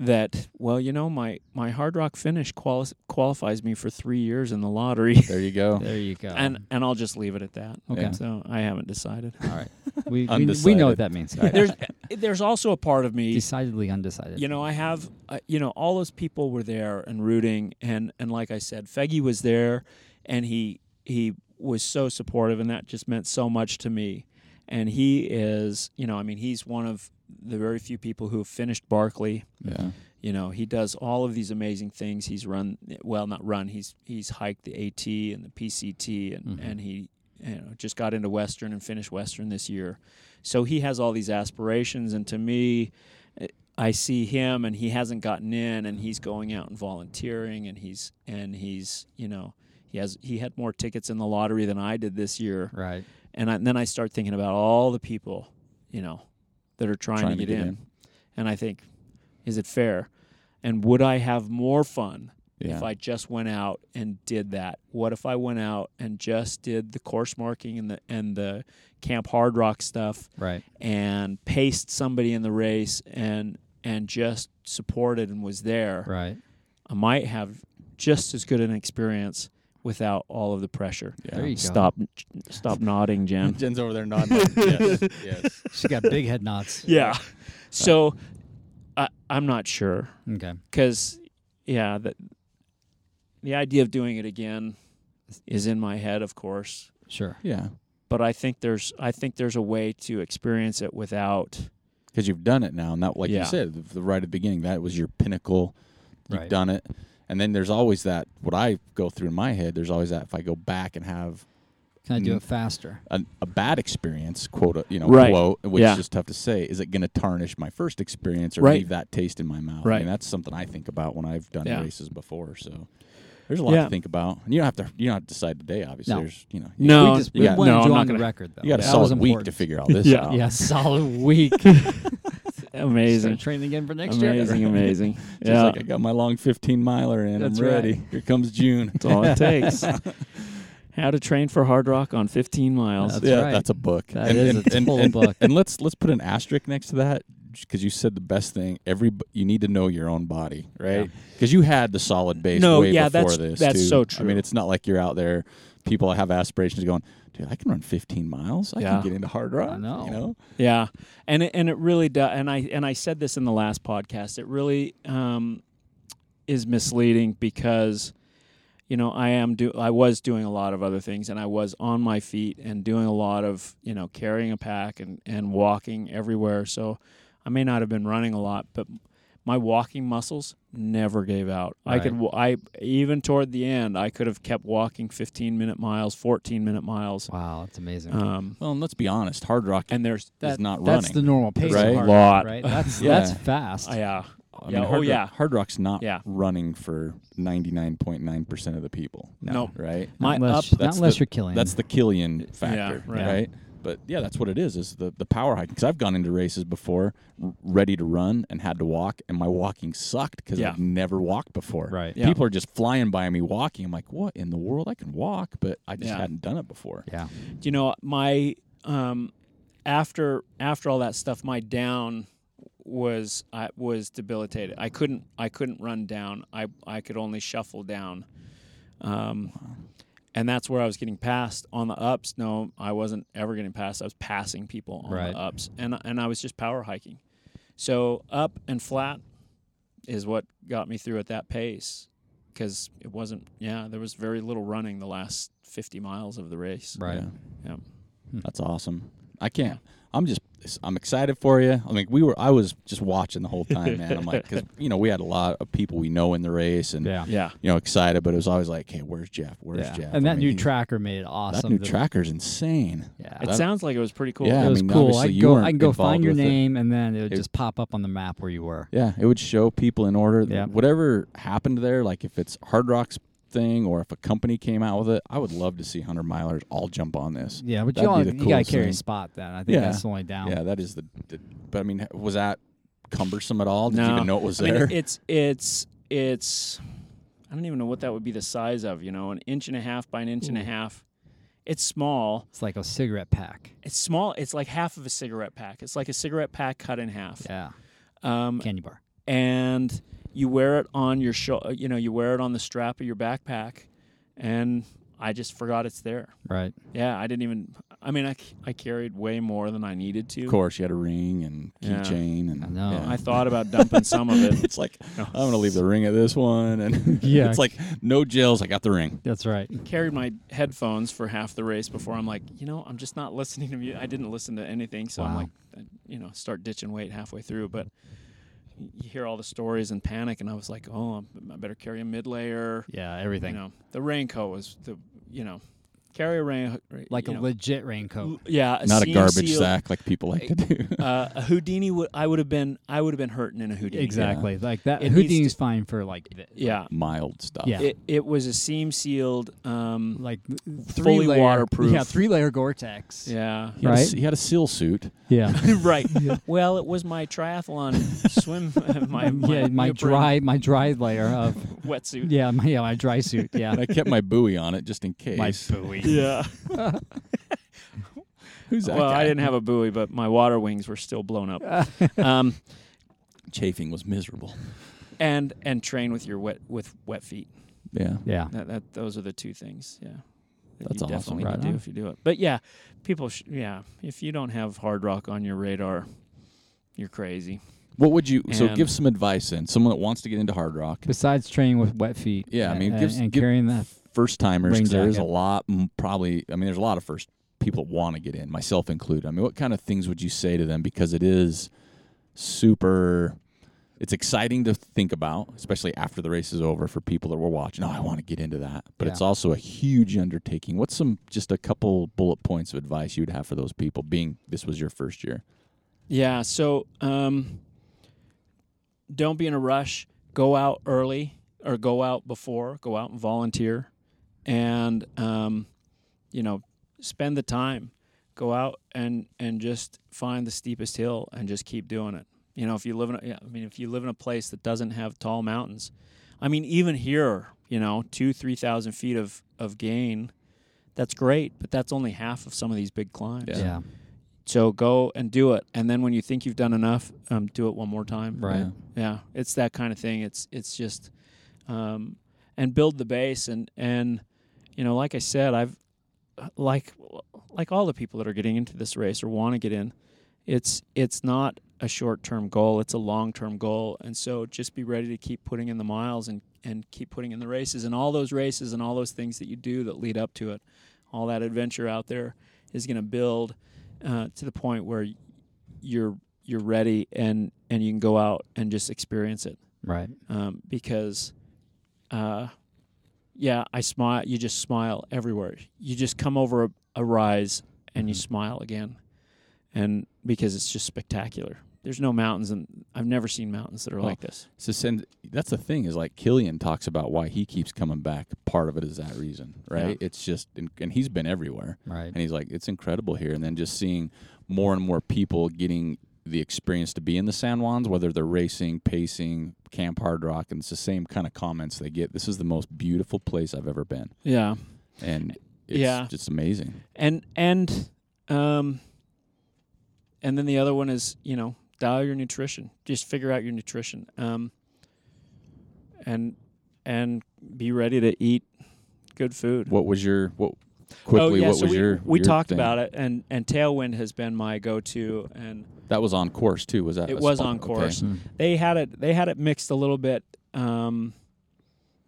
D: that well you know my my hard rock finish quali- qualifies me for three years in the lottery
A: <laughs> There you go.
B: There you go.
D: and and I'll just leave it at that.
B: Okay.
A: Yeah.
D: So I
A: <laughs>
D: haven't decided.
B: all right, we, we, we know
A: Undecided.
B: what
A: <laughs>
B: that means.
D: There's there's also a part of me
B: decidedly undecided.
D: You know, I have, uh, you know, all those people were there and rooting, and and like I said, Feggy was there, and he he was so supportive, and that just meant so much to me. And he is, you know, I mean, he's one of the very few people who have finished Barkley.
A: Yeah.
D: You know, he does all of these amazing things. He's run, well, not run. He's he's hiked the AT and the PCT, and and he you know just got into Western and finished Western this year. So he has all these aspirations, and to me, I see him and he hasn't gotten in and he's going out and volunteering and he's and he's you know he has he had more tickets in the lottery than I did this year
B: right?
D: and, I, and then I start thinking about all the people you know that are trying, to, get, in. and I think is it fair and would I have more fun
A: Yeah.
D: if I just went out and did that what if I went out and just did the course marking and the and the camp hard rock stuff
B: Right.
D: and paced somebody in the race and and just supported and was there,
B: Right.
D: I might have just as good an experience without all of the pressure.
A: Yeah.
B: There you go.
D: Stop stop
B: <laughs>
D: nodding, Jen.
A: <laughs> Jen's over there nodding. like, <laughs> yes. Yes.
B: She got big
A: <laughs>
B: head knots.
D: <laughs> yeah. So I I'm not sure
B: Okay.
D: cuz yeah, the the idea of doing it again is in my head, of course.
B: Sure.
A: Yeah.
D: But I think there's I think there's a way to experience it without
A: Because you've done it now, and that, like
D: Yeah.
A: you said, the, the right at the beginning, that was your pinnacle. You've
B: Right.
A: done it, and then there's always that. What I go through in my head, there's always that. If I go back and have
B: Can I do
A: Mm.
B: it faster?
A: a, a bad experience, quote, uh, you know,
D: Right.
A: quote, which
D: Yeah.
A: is just tough to say, is it going to tarnish my first experience or
D: Right.
A: leave that taste in my mouth?
D: Right.
A: And that's something I think about when I've done
D: Yeah.
A: races before. So there's a lot
D: Yeah.
A: to think about, and you don't have to. You don't have to decide today, obviously.
B: No.
A: There's, you know,
D: No,
B: we just we
A: you got-
B: wanted
D: no, I'm
B: you
D: not
B: on the
D: gonna-
B: record though.
A: you got a
B: That was
A: solid week to
B: important.
A: figure all this
D: <laughs> Yeah.
A: out.
B: Yeah, <laughs> solid week.
D: amazing.
B: Start training again for <laughs> next
D: Amazing,
B: year.
D: amazing.
A: She's
D: yeah.
A: like, I got my long 15 miler in.
B: That's
A: I'm
B: right.
A: ready. Here comes June.
D: That's all it takes. How to train for hard rock on 15 miles.
B: That's
A: yeah,
B: right.
A: that's a book.
B: <laughs> That is a total
A: and,
B: book.
A: And let's let's put an asterisk next to that because you said the best thing. Every you need to know your own body, right? Because you had the solid base.
D: No,
A: way
D: yeah,
A: before
D: that's-
A: this.
D: that's
A: too.
D: so
A: I mean,
D: true.
A: it's not like you're out there. People have aspirations going, dude. I can run 15 miles. I
D: Yeah.
A: can get into hard rock.
B: know.
A: You know.
D: Yeah. And it, and it really does and I and I said this in the last podcast. It really um, is misleading because you know, I am do I was doing a lot of other things and I was on my feet and doing a lot of, you know, carrying a pack and and walking everywhere. So I may not have been running a lot, but my walking muscles never gave out. I could wa- I even toward the end, I could have kept walking 15-minute miles, 14-minute miles.
B: <laughs> Wow, that's amazing.
D: Um,
A: Well, and let's be honest. Hard rock is
D: and there's
A: not
B: that's
A: Uh, running.
B: the normal pace.
A: Right?
B: Of hard,
D: Lot.
B: Right.
A: <laughs>
B: That's
A: Yeah.
B: that's fast.
D: yeah.
A: I
D: Yeah,
A: mean,
D: oh,
A: Hard Rock-
D: yeah.
A: Hard Rock's not
D: Yeah.
A: running for ninety nine point nine percent of the people.
D: No.
A: right?
D: My
B: unless,
D: up-
B: not
A: that's
B: unless
A: the-
B: you're killing.
A: That's the Killian factor,
D: right.
A: right. But yeah, that's what it is. Is the the power hiking? Because I've gone into races before, r- ready to run and had to walk, and my walking sucked because
D: Yeah.
A: I've never walked before.
B: Right.
D: Yeah.
A: People are just flying by me walking. I'm like, what in the world? I can walk, but I just
D: Yeah.
A: hadn't done it before.
B: yeah.
D: you know my um after after all that stuff my down was i was debilitated i couldn't i couldn't run down i i could only shuffle down um and that's where i was getting passed on the ups no i wasn't ever getting passed i was passing people on
B: Right.
D: the ups and and i was just power hiking so up and flat is what got me through at that pace because it wasn't yeah there was very little running the last 50 miles of the race
B: Right.
A: Yeah.
D: yeah
A: That's awesome. I can't. I'm just. I'm excited for you. I mean, we were. I was just watching the whole time, man. I'm like, because you know, we had a lot of people we know in the race, and
B: Yeah.
D: Yeah.
A: you know, excited. But it was always like, hey, where's Jeff? Where's
B: Yeah.
A: Jeff?
B: And
A: I
B: that
A: mean,
B: new
A: he-
B: tracker made it awesome.
A: That new
B: The-
A: tracker's insane.
B: Yeah.
D: It
A: That-
D: sounds like it was pretty cool.
A: Yeah.
B: it
A: I
B: was
A: mean,
B: cool.
A: obviously
B: I could
A: you
B: go.
A: weren't
B: I can go
A: involved
B: find your
A: with it.
B: name, and then it would
A: It-
B: just pop up on the map where you were.
A: Yeah, it would show people in order.
B: Yeah.
A: Whatever happened there, like if it's Hard Rock's thing or if a company came out with it, I would love to see hundred milers all jump on this.
B: Yeah, but
A: That'd
B: you,
A: be
B: only,
A: the
B: you gotta
A: coolest
B: carry
A: thing.
B: a spot then. I think
A: Yeah.
B: that's the only down.
A: Yeah, that is the, the. But I mean, was that cumbersome at all? Did you
D: No.
A: even know it was
D: I mean,
A: there?
D: it's it's it's I don't even know what that would be the size of, you know, an inch and a half by an inch and a half. It's small.
B: It's like a cigarette pack.
D: It's small. It's like half of a cigarette pack. It's like a cigarette pack cut in half.
B: Yeah,
D: Um,
B: candy bar.
D: and you wear it on your sho- you know, you wear it on the strap of your backpack and I just forgot it's there.
B: Right.
D: Yeah, I didn't even I mean, I, c- I carried way more than I needed
A: <laughs>
D: to.
A: of course, you had a ring and
D: Yeah.
A: keychain, and
B: I know.
A: yeah. <laughs>
D: I thought about dumping some of it.
A: it's like I'm gonna leave the ring at this one, and <laughs>
B: Yeah.
A: it's like no gels. I got the ring.
B: That's right.
D: carried my headphones for half the race before I'm like, you know, I'm just not listening to music. I didn't listen to anything, so I'm
B: Wow.
D: like, I- you know, start ditching weight halfway through. But you hear all the stories and panic, and I was like, oh, I'm- I better carry a mid layer.
B: Yeah,
D: You
B: everything.
D: know, the raincoat was the, you know, carry a rain
B: Like a
D: you know,
B: legit raincoat.
D: l- yeah,
A: Not a
D: seam
A: garbage
D: seal.
A: sack like people like to do. <laughs>
D: Uh, a Houdini would I would have been I would have been hurting in a Houdini.
B: Exactly. Like that.
D: It needs
B: Houdini's fine for like th-
D: Yeah.
A: Mild stuff.
B: Yeah.
D: It, it was a seam sealed. Um,
B: like th- three
D: Fully
B: layer,
D: waterproof.
B: Yeah, three layer Gore-Tex.
D: yeah.
A: He had a-
B: Right?
A: he had a seal suit.
B: Yeah.
A: <laughs>
D: <laughs> right. Well, it was my <laughs> triathlon swim, uh, my, my,
B: <laughs> yeah, my
D: neoprene
B: dry my dry layer of
A: <laughs>
D: wetsuit.
B: yeah my yeah my dry suit yeah
A: And
B: <laughs>
A: I kept my buoy on it just in case. <laughs>
B: buoy <laughs>
D: Yeah.
A: Who's that
D: well,
A: guy?
D: I didn't have a buoy, but my water wings were still blown
B: <laughs>
D: up. um,
A: Chafing was miserable.
D: and and train with your wet with wet feet.
A: Yeah.
B: yeah
D: That, that those are the two things. Yeah. that
A: That's
D: you
A: awesome.
D: Definitely
B: Right
D: need to
B: on.
D: do if you do it. But yeah, people. Sh- yeah, if you don't have hard rock on your radar, you're crazy.
A: What would you? so
D: And-
A: give some advice then. Someone that wants to get into hard rock.
B: besides training with wet feet
A: Yeah, I mean,
B: and,
A: give s-
B: and
A: give-
B: carrying that
A: First timers.
B: Rain
A: 'cause There is a
B: jacket.
A: lot. mm, Probably. I mean, there's a lot of first people that want to get in, myself included. I mean, what kind of things would you say to them? Because it is super. It's exciting to think about, especially after the race is over for people that were watching. Oh, I want to get into that. But
B: Yeah.
A: it's also a huge undertaking. What's some just a couple bullet points of advice you would have for those people being this was your first year?
D: Yeah. So um, don't be in a rush. Go out early or go out before. Go out and volunteer, and um, you know, spend the time. Go out and and just find the steepest hill and just keep doing it. You know, if you live in, a, yeah, I mean, if you live in a place that doesn't have tall mountains, I mean, even here, you know, two three thousand feet of of gain, that's great, but that's only half of some of these big climbs.
A: Yeah.
B: yeah
D: So go and do it, and then when you think you've done enough, um, do it one more time.
B: right
A: Yeah.
D: Yeah, it's that kind of thing. It's it's just, um, and build the base, and and you know, like I said, I've like like all the people that are getting into this race or want to get in, it's it's not a short term goal. It's a long term goal, and so just be ready to keep putting in the miles and and keep putting in the races and all those races and all those things that you do that lead up to it. All that adventure out there is going to build uh, to the point where you're you're ready and and you can go out and just experience it
B: right
D: um, because uh, yeah i smile you just smile everywhere you just come over a, a rise and you smile again and because it's just spectacular There's no mountains, and I've never seen mountains that are
A: Well,
D: like this.
A: So send, that's the thing is like Killian talks about why he keeps coming back. Part of it is that reason, right? It's just and, and he's been everywhere,
B: Right.
A: And he's like, it's incredible here. And then just seeing more and more people getting the experience to be in the San Juans, whether they're racing, pacing, camp hard rock, and it's the same kind of comments they get. This is the most beautiful place I've ever been,
D: Yeah,
A: and it's
D: Yeah.
A: just amazing.
D: and and um, and then the other one is you know dial your nutrition. Just figure out your nutrition. Um, and and be ready to eat good food.
A: What was your what? Quickly,
D: oh yeah,
A: what
D: so
A: was
D: we,
A: your?
D: we
A: your
D: talked
A: thing?
D: about it, and and tailwind has been my go-to, and
A: That was on course too. Was that?
D: it
A: Uh, a
D: was
A: spot?
D: on
A: Okay. Hmm.
D: course. They had it. They had it mixed a little bit um,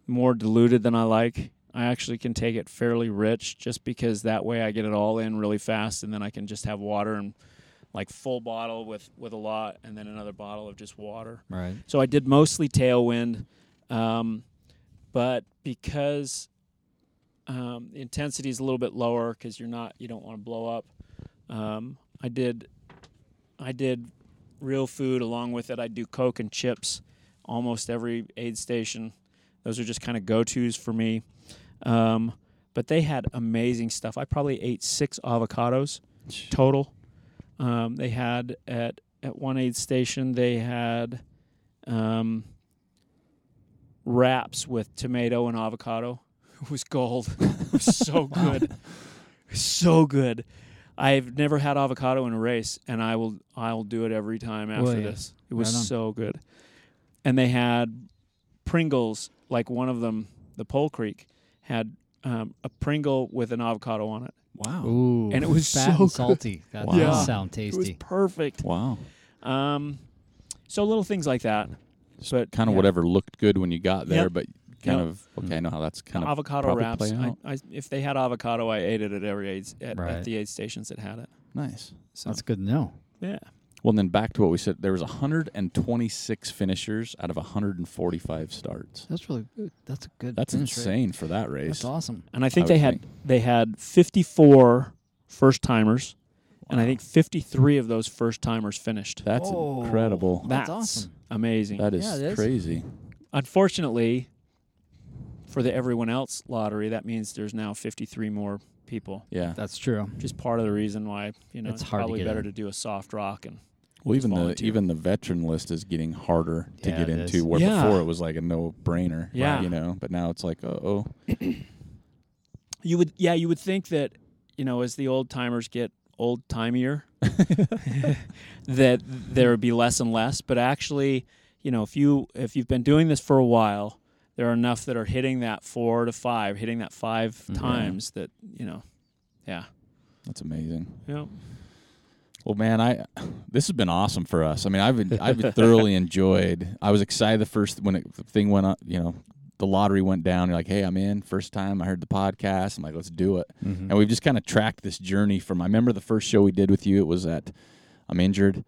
D: more diluted than I like. I actually can take it fairly rich, just because that way I get it all in really fast, and then I can just have water and like full bottle with with a lot, and then another bottle of just water.
B: Right.
D: So I did mostly tailwind, um, but because um, the intensity is a little bit lower because you're not you don't want to blow up. Um, I did I did real food along with it. I do Coke and chips almost every aid station. Those are just kind of go tos for me. Um, but they had amazing stuff. I probably ate six avocados total. Um, they had at at one aid station they had um, wraps with tomato and avocado. <laughs> It was gold. <laughs> It was so good, so good. I've never had avocado in a race, and I will I'll do it every time after
B: Well, yeah.
D: this. It was
B: Right on.
D: so good. And they had Pringles, like one of them, the Pole Creek had um, a Pringle with an avocado on it.
A: Wow.
B: Ooh.
D: And it was
B: fat
D: so
B: and
D: good.
B: salty. That
A: Wow.
B: does
D: Yeah.
B: sound
D: It was
B: tasty.
D: perfect.
A: Wow.
D: Um, so little things like that. But
A: kind of
D: yeah.
A: whatever looked good when you got there,
D: Yep.
A: but kind
D: Yep.
A: of okay. I know how that's kind of
D: avocado
A: probably
D: wraps.
A: play
D: I,
A: out.
D: I, if they had avocado, I ate it at every aid at,
B: Right.
D: at the aid stations that had it.
A: nice.
D: So
B: That's good to know.
D: yeah,
A: Well, and then back to what we said. There was 126 finishers out of 145 starts.
B: That's really good. That's a good.
A: That's
B: finish rate.
A: insane for that race.
B: That's awesome.
D: and I think
A: I
D: they
A: would
D: had
A: think.
D: they had 54 first timers, and I think 53 of those first timers finished.
A: That's
B: Whoa.
A: incredible.
B: That's awesome.
D: amazing.
A: That is,
B: Yeah, it is.
A: crazy.
D: Unfortunately, for the everyone else lottery, that means there's now 53 more people.
A: Yeah.
B: That's true.
D: Just part of the reason why you know
B: It's
D: it's,
B: hard to
D: probably
B: get
D: better
B: in.
D: to do a soft rock and
A: Well, even the
D: volunteer.
A: even the veteran list is getting harder to
B: Yeah,
A: get
B: it
A: into.
B: is.
A: Where
D: Yeah.
A: before it was like a no brainer.
D: Yeah.
A: You know, but now it's like, uh oh,
D: You would, yeah, you would think that, you know, as the old timers get old timier, that there would be less and less. But actually, you know, if you if you've been doing this for a while, there are enough that are hitting that four to five, hitting that 5 times that you know, yeah,
A: that's amazing.
D: yeah,
A: Well, man, I this has been awesome for us. I mean, I've I've
D: <laughs>
A: thoroughly enjoyed. I was excited the first when it, the thing went up. You know, the lottery went down. You're like, hey, I'm in. First time I heard the podcast. I'm like, let's do it.
D: Mm-hmm.
A: And we've just kind of tracked this journey from. I remember the first show we did with you. It was at I'm injured.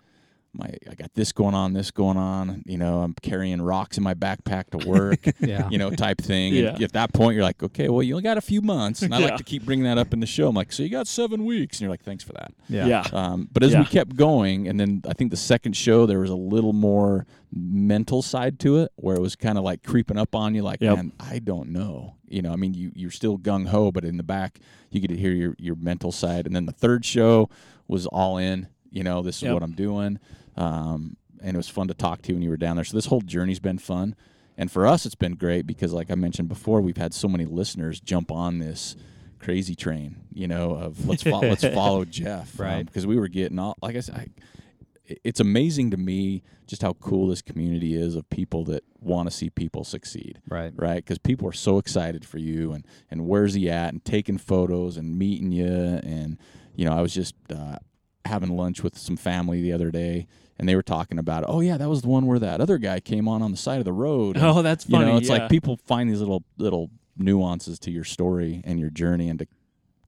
A: My I got this going on, this going on. You know, I'm carrying rocks in my backpack to
D: <laughs>
A: work.
B: Yeah.
A: You know, type thing. And
D: Yeah.
A: at that point, you're like, okay, well, you only got a few months, and I like
D: Yeah.
A: to keep bringing that up in the show. I'm like, so you got seven weeks, and you're like, thanks for that.
D: yeah,
A: Um, but as we
D: Yeah.
A: kept going, and then I think the second show there was a little more mental side to it, where it was kind of like creeping up on you, like,
D: Yep.
A: man, I don't know. You know, I mean, you you're still gung ho, but in the back, you get to hear your your mental side. And then the third show was all in. You know, this is
D: Yep.
A: what I'm doing. Um, and it was fun to talk to you when you were down there. So this whole journey's been fun. And for us, it's been great because, like I mentioned before, we've had so many listeners jump on this crazy train, you know, of let's follow,
D: <laughs>
A: let's follow Jeff,
B: Right.
A: Because we were getting all, like I said, I, it's amazing to me just how cool this community is of people that want to see people succeed,
B: Right.
A: right? Because people are so excited for you, and and where's he at, and taking photos, and meeting you, and you know, I was just uh, having lunch with some family the other day. And they were talking about, oh yeah, that was the one where that other guy came on on the side of the road.
B: <laughs>
A: and-
D: <laughs> Oh, that's funny.
A: you know, it's
D: yeah.
A: like people find these little little nuances to your story and your journey, and to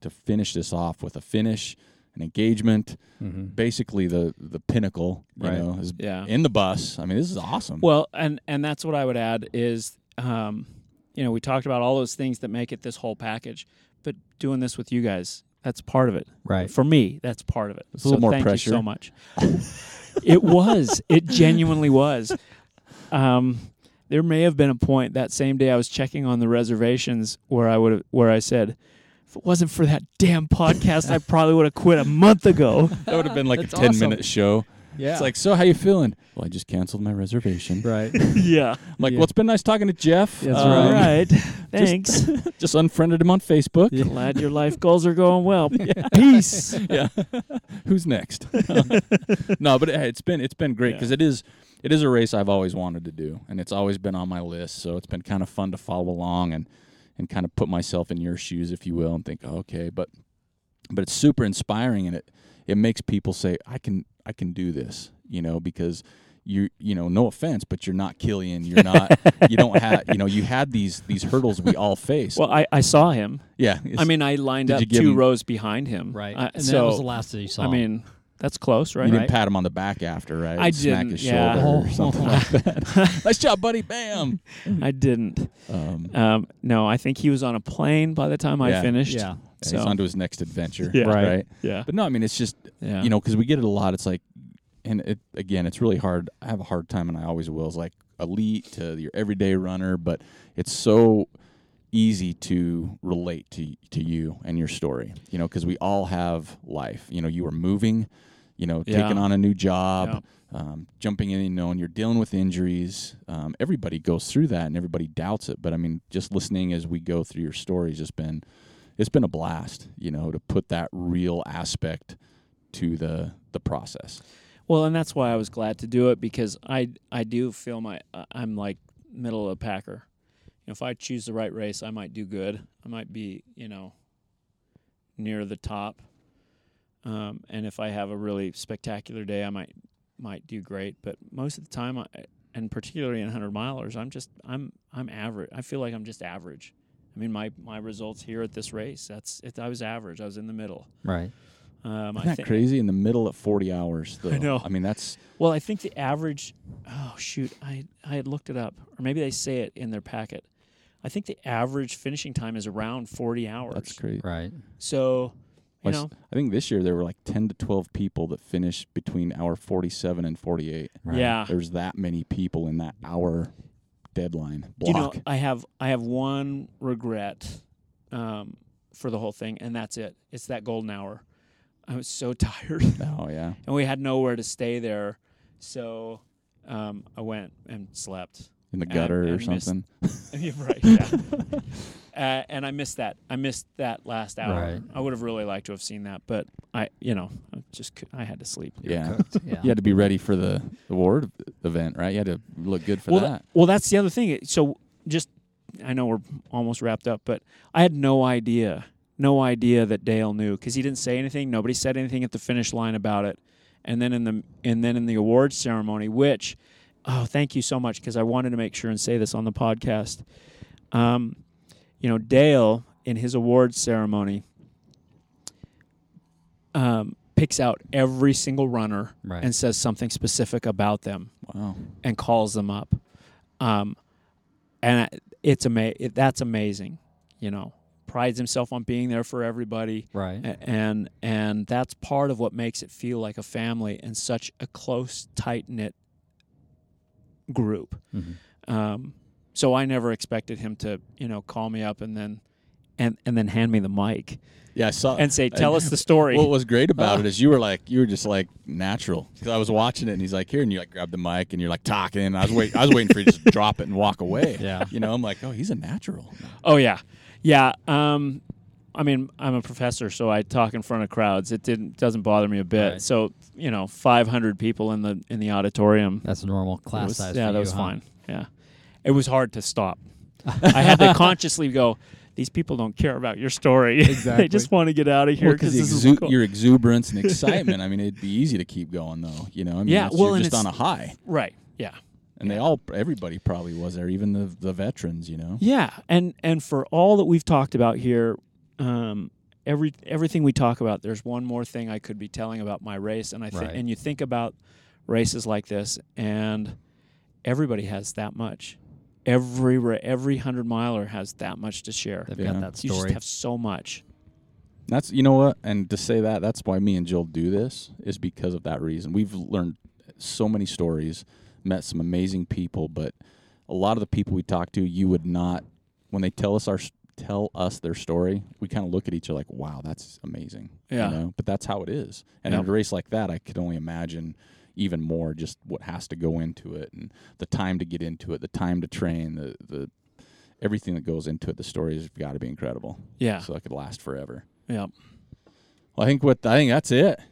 A: to finish this off with a finish, an engagement, basically the the pinnacle. You
B: Right.
A: know, is
D: Yeah.
A: in the bus. I mean, this is awesome.
D: Well, and and that's what I would add is, um, you know, we talked about all those things that make it this whole package, but doing this with you guys, that's part of it.
B: Right.
D: For me, that's part of it.
A: It's a little
D: So
A: more
D: thank
A: pressure.
D: you so much. It was. It genuinely was. Um, there may have been a point that same day I was checking on the reservations where I would have where I said, if it wasn't for that damn podcast, I probably would have quit a month ago.
A: <laughs> That would have been like a
B: That's
A: 10
B: awesome.
A: minute show.
B: Yeah.
A: It's like, so how you feeling? Well, I just canceled my reservation. I'm
B: <laughs> right.
D: yeah,
A: like,
B: Yeah.
A: well, it's been nice talking to Jeff.
B: That's
A: Um,
D: all
B: right.
D: right. Thanks.
A: <laughs> Just unfriended him on Facebook.
B: Yeah.
D: Glad your life goals are
A: <laughs>
D: going well. Peace.
A: yeah. Who's next? <laughs> no, but it, it's been it's been great
D: Yeah.
A: because it is it is a race I've always wanted to do, and it's always been on my list. So it's been kind of fun to follow along and and kind of put myself in your shoes, if you will, and think, oh, okay, but but it's super inspiring, and it it makes people say, I can I can do this, you know, because you you know no offense but you're not killian you're
D: <laughs>
A: not you don't have you know you had these these hurdles we all face
D: Well, I, I saw him.
A: yeah
D: I mean, I lined
A: Did
D: up
A: you give
D: two
A: him-
D: rows behind him.
F: Right.
D: Uh,
F: and
D: so
F: that was the last that you saw.
D: I mean, that's close, right?
A: You didn't pat him on the back after, right?
D: I
A: Smack
D: didn't,
A: his
D: yeah.
A: shoulder or
B: <laughs>
A: something like that. nice job, buddy. Bam.
D: I didn't.
A: <laughs> Um,
D: Um, no, I think he was on a plane by the time I
A: Yeah.
D: finished.
F: yeah.
A: and
D: So-
A: He's on to his next adventure,
D: Yeah.
A: right.
D: Right. Yeah.
A: But no, I mean, it's just,
D: Yeah.
A: you know, because we get it a lot. It's like, and it, again, it's really hard. I have a hard time, and I always will. It's like elite to your everyday runner, but it's so easy to relate to to you and your story, you know, because we all have life. You know, you are moving, you know,
D: Yeah.
A: taking on a new job, um, jumping in, you know, and you're dealing with injuries. Um, everybody goes through that, and everybody doubts it. But I mean, just listening as we go through your story has just been, it's been a blast, you know, to put that real aspect to the the process.
D: Well, and that's why I was glad to do it because I I do feel my I- I'm like middle of the packer. You know, if I choose the right race, I might do good. I might be you know near the top. Um, and if I have a really spectacular day, I might might do great. But most of the time, I, and particularly in hundred milers, I'm just I'm I'm average. I feel like I'm just average. I mean, my my results here at this race, that's it, I was average. I was in the middle.
F: right.
A: Isn't
D: Um, I
A: that
D: thi-
A: crazy? In the middle at 40 hours, though.
D: know.
A: I mean, that's
D: Well, I think the average. Oh shoot, I I had looked it up, or maybe they say it in their packet. I think the average finishing time is around forty hours.
A: that's crazy.
F: Right.
D: So, you
A: Like,
D: know,
A: I think this year there were like 10 to 12 people that finished between hour 47 and 48.
F: Right.
D: yeah.
A: There's that many people in that hour deadline
D: You know,
A: block.
D: I have I have one regret um, for the whole thing, and that's it. It's that golden hour. I was so <laughs> tired,
A: oh, yeah.
D: and we had nowhere to stay there, so um, I went and slept.
A: In the
D: And I-
A: gutter
D: I
A: or
D: missed-
A: something.
D: <laughs> Yeah, right. Yeah. uh, and I missed that. I missed that last hour.
F: Right.
D: I would have really liked to have seen that, but I, you know, I just cou- I had to sleep.
A: Yeah.
F: Yeah.
A: You had to be ready for the award event, right? You had to look good for
D: well,
A: that.
D: well, that's the other thing. It- So just, I know we're almost wrapped up, but I had no idea, no idea that Dale knew because he didn't say anything. Nobody said anything at the finish line about it. And then in the and then in the awards ceremony, which, oh, thank you so much because I wanted to make sure and say this on the podcast. Um, you know, Dale in his awards ceremony um, picks out every single runner
F: Right.
D: and says something specific about them
A: Wow.
D: and calls them up. Um, and I- it's ama- it, that's amazing, you know. Prides himself on being there for everybody,
F: Right.
D: a- and and that's part of what makes it feel like a family and such a close, tight knit group.
F: Mhm.
D: Um, so I never expected him to, you know, call me up and then and and then hand me the mic
A: Yeah, I saw.
D: and say,
A: I-
D: "Tell us the story."
A: What was great about
D: <laughs>
A: it is you were like you were just like natural because I was watching it and he's like here and you like grab the mic and you're like talking. And I was wait I was waiting for you to just <laughs> drop it and walk away.
F: Yeah.
A: you know I'm like oh he's a natural.
D: Oh yeah, yeah. Um, I mean, I'm a professor, so I talk in front of crowds. It didn't doesn't bother me a bit.
F: Right.
D: So you know, 500 people in the in the auditorium.
F: That's a normal
D: It
F: class
D: was-
F: size.
D: yeah,
F: for
D: that
F: you,
D: was
F: huh?
D: fine. Yeah, it was hard
F: <laughs>
D: to stop. I had to consciously go. These people don't care about your story. <laughs> they
B: Exactly.
D: just want to get out of here because this is cool."
A: your exuberance
D: <laughs>
A: and excitement. I mean it'd be easy to keep going though. You know I mean
D: Yeah,
A: it's-
D: well,
A: you're
D: and
A: just on a
D: it's-
A: high.
D: right. Yeah.
A: And they all everybody probably was there even the the veterans. You know
D: Yeah, and and for all that we've talked about here, um, every everything we talk about, there's one more thing I could be telling about my race, and I think
F: Right.
D: and you think about races like this, and everybody has that much. Every ra- every hundred miler has that much to share.
F: They've
A: Yeah.
F: got that
D: You just
F: story.
D: have so much.
A: That's you know what, and to say that that's why me and Jill do this is because of that reason. We've learned so many stories, met some amazing people, but a lot of the people we talked to, you would not when they tell us our s- tell us their story, we kind of look at each other like, "Wow, that's amazing."
C: Yeah.
A: You know? But that's how it is. And
C: Yeah.
A: at a race like that, I could only imagine even more just what has to go into it and the time to get into it, the time to train, the the everything that goes into it. The stories have got to be incredible.
C: Yeah.
A: So that could last forever.
C: yeah.
A: Well, I think what I think that's it. I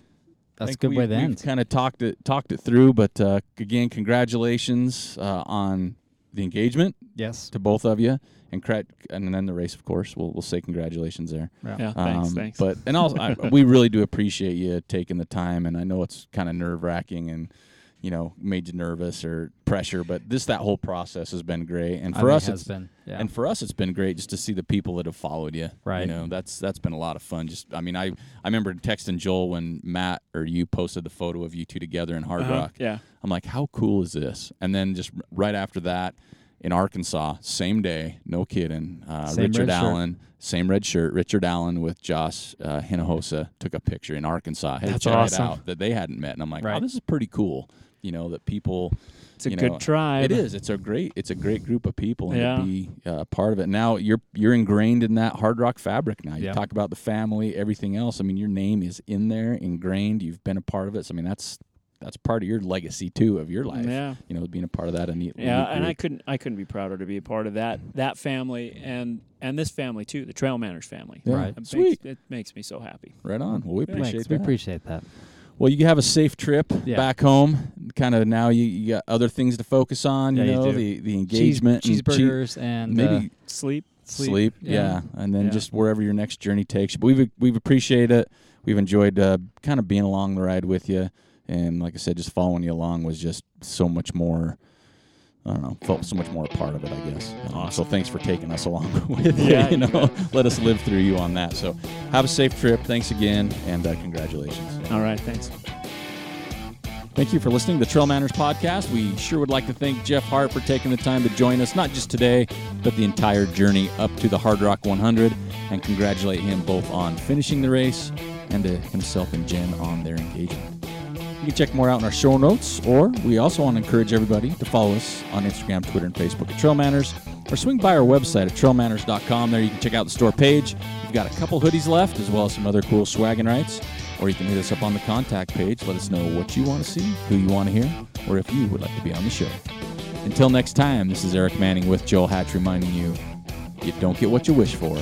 B: That's a
A: think
B: good
A: we,
B: way to
A: we've
B: end.
A: Kind of talked it talked it through, but uh, again, congratulations uh, on the engagement
B: Yes.
A: to both of you, and cra- and then the race, of course. We'll we'll say congratulations there.
C: Yeah. Thanks.
A: Um,
C: thanks.
A: But and also, I, we really do appreciate you taking the time, and I know it's kind of nerve wracking and. You know, made you nervous or pressure, but this that whole process has been great, and
B: I
A: for
B: mean,
A: us,
B: it has
A: it's
B: been. Yeah.
A: and for us, it's been great just to see the people that have followed you. You
B: Right.
A: know, that's that's been a lot of fun. Just, I mean, I I remember texting Joel when Matt or you posted the photo of you two together in
B: Uh-huh.
A: Hard Rock.
D: Uh-huh. yeah.
A: I'm like, how cool is this? And then just r- right after that, in Arkansas, same day, no kidding. Uh,
B: Same
A: Richard
B: red shirt.
A: Allen, same red shirt. Richard Allen with Josh uh, Hinojosa took a picture in Arkansas. Hey,
C: That's
A: check
C: awesome.
A: it out that they hadn't met, and I'm like, oh,
B: Right.
A: this is pretty cool. You know that people
C: it's a
A: you
C: good
A: know,
C: tribe.
A: it is. It's a great. It's a great group of people, and
C: Yeah.
A: to be uh, part of it. Now you're you're ingrained in that hard rock fabric. Now you
B: Yeah.
A: talk about the family, everything else. I mean, your name is in there, ingrained. You've been a part of it. So I mean, that's that's part of your legacy too of your life.
C: Yeah.
A: You know, being a part of that. A neat,
D: Yeah,
A: neat
D: and I
A: group.
D: couldn't I couldn't be prouder to be a part of that that family and and this family too, the Trail Manners family.
A: Yeah.
B: Right.
D: It makes,
A: Sweet.
D: It makes me so happy.
A: Right on. Well, we appreciate
B: Thanks.
A: that.
B: We appreciate that.
A: Well, you have a safe trip
B: Yeah.
A: back home. Kind of now you, you got other things to focus on.
B: Yeah,
A: you
B: you
A: know
B: do.
A: the the
B: Cheese-
A: engagement, and chee-
B: cheeseburgers and
A: maybe
B: uh,
D: Sleep.
A: sleep,
B: Sleep.
A: yeah.
B: Yeah.
A: and then
D: Yeah.
A: just wherever your next journey takes you. But we've we've appreciated it. We've enjoyed uh, kind of being along the ride with you, and like I said, just following you along was just so much more. I don't know, felt so much more a part of it, I guess. Um, so thanks for taking us along <laughs> with
D: Yeah,
A: you. You
D: you
A: know, let us live through you on that. So have a safe trip. Thanks again, and uh, congratulations.
D: All right, thanks.
A: Thank you for listening to the Trail Manners podcast. We sure would like to thank Jeff Hart for taking the time to join us, not just today, but the entire journey up to the Hard Rock 100, and congratulate him both on finishing the race and to himself and Jen on their engagement. You can check more out in our show notes, or we also want to encourage everybody to follow us on Instagram, Twitter, and Facebook at Trail Manners, or swing by our website at trailmanners.com. There you can check out the store page. We've got a couple hoodies left, as well as some other cool swag and rights. Or you can hit us up on the contact page. Let us know what you want to see, who you want to hear, or if you would like to be on the show. Until next time, this is Eric Manning with Joel Hatch reminding you you don't get what you wish for,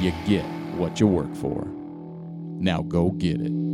A: you get what you work for. Now go get it.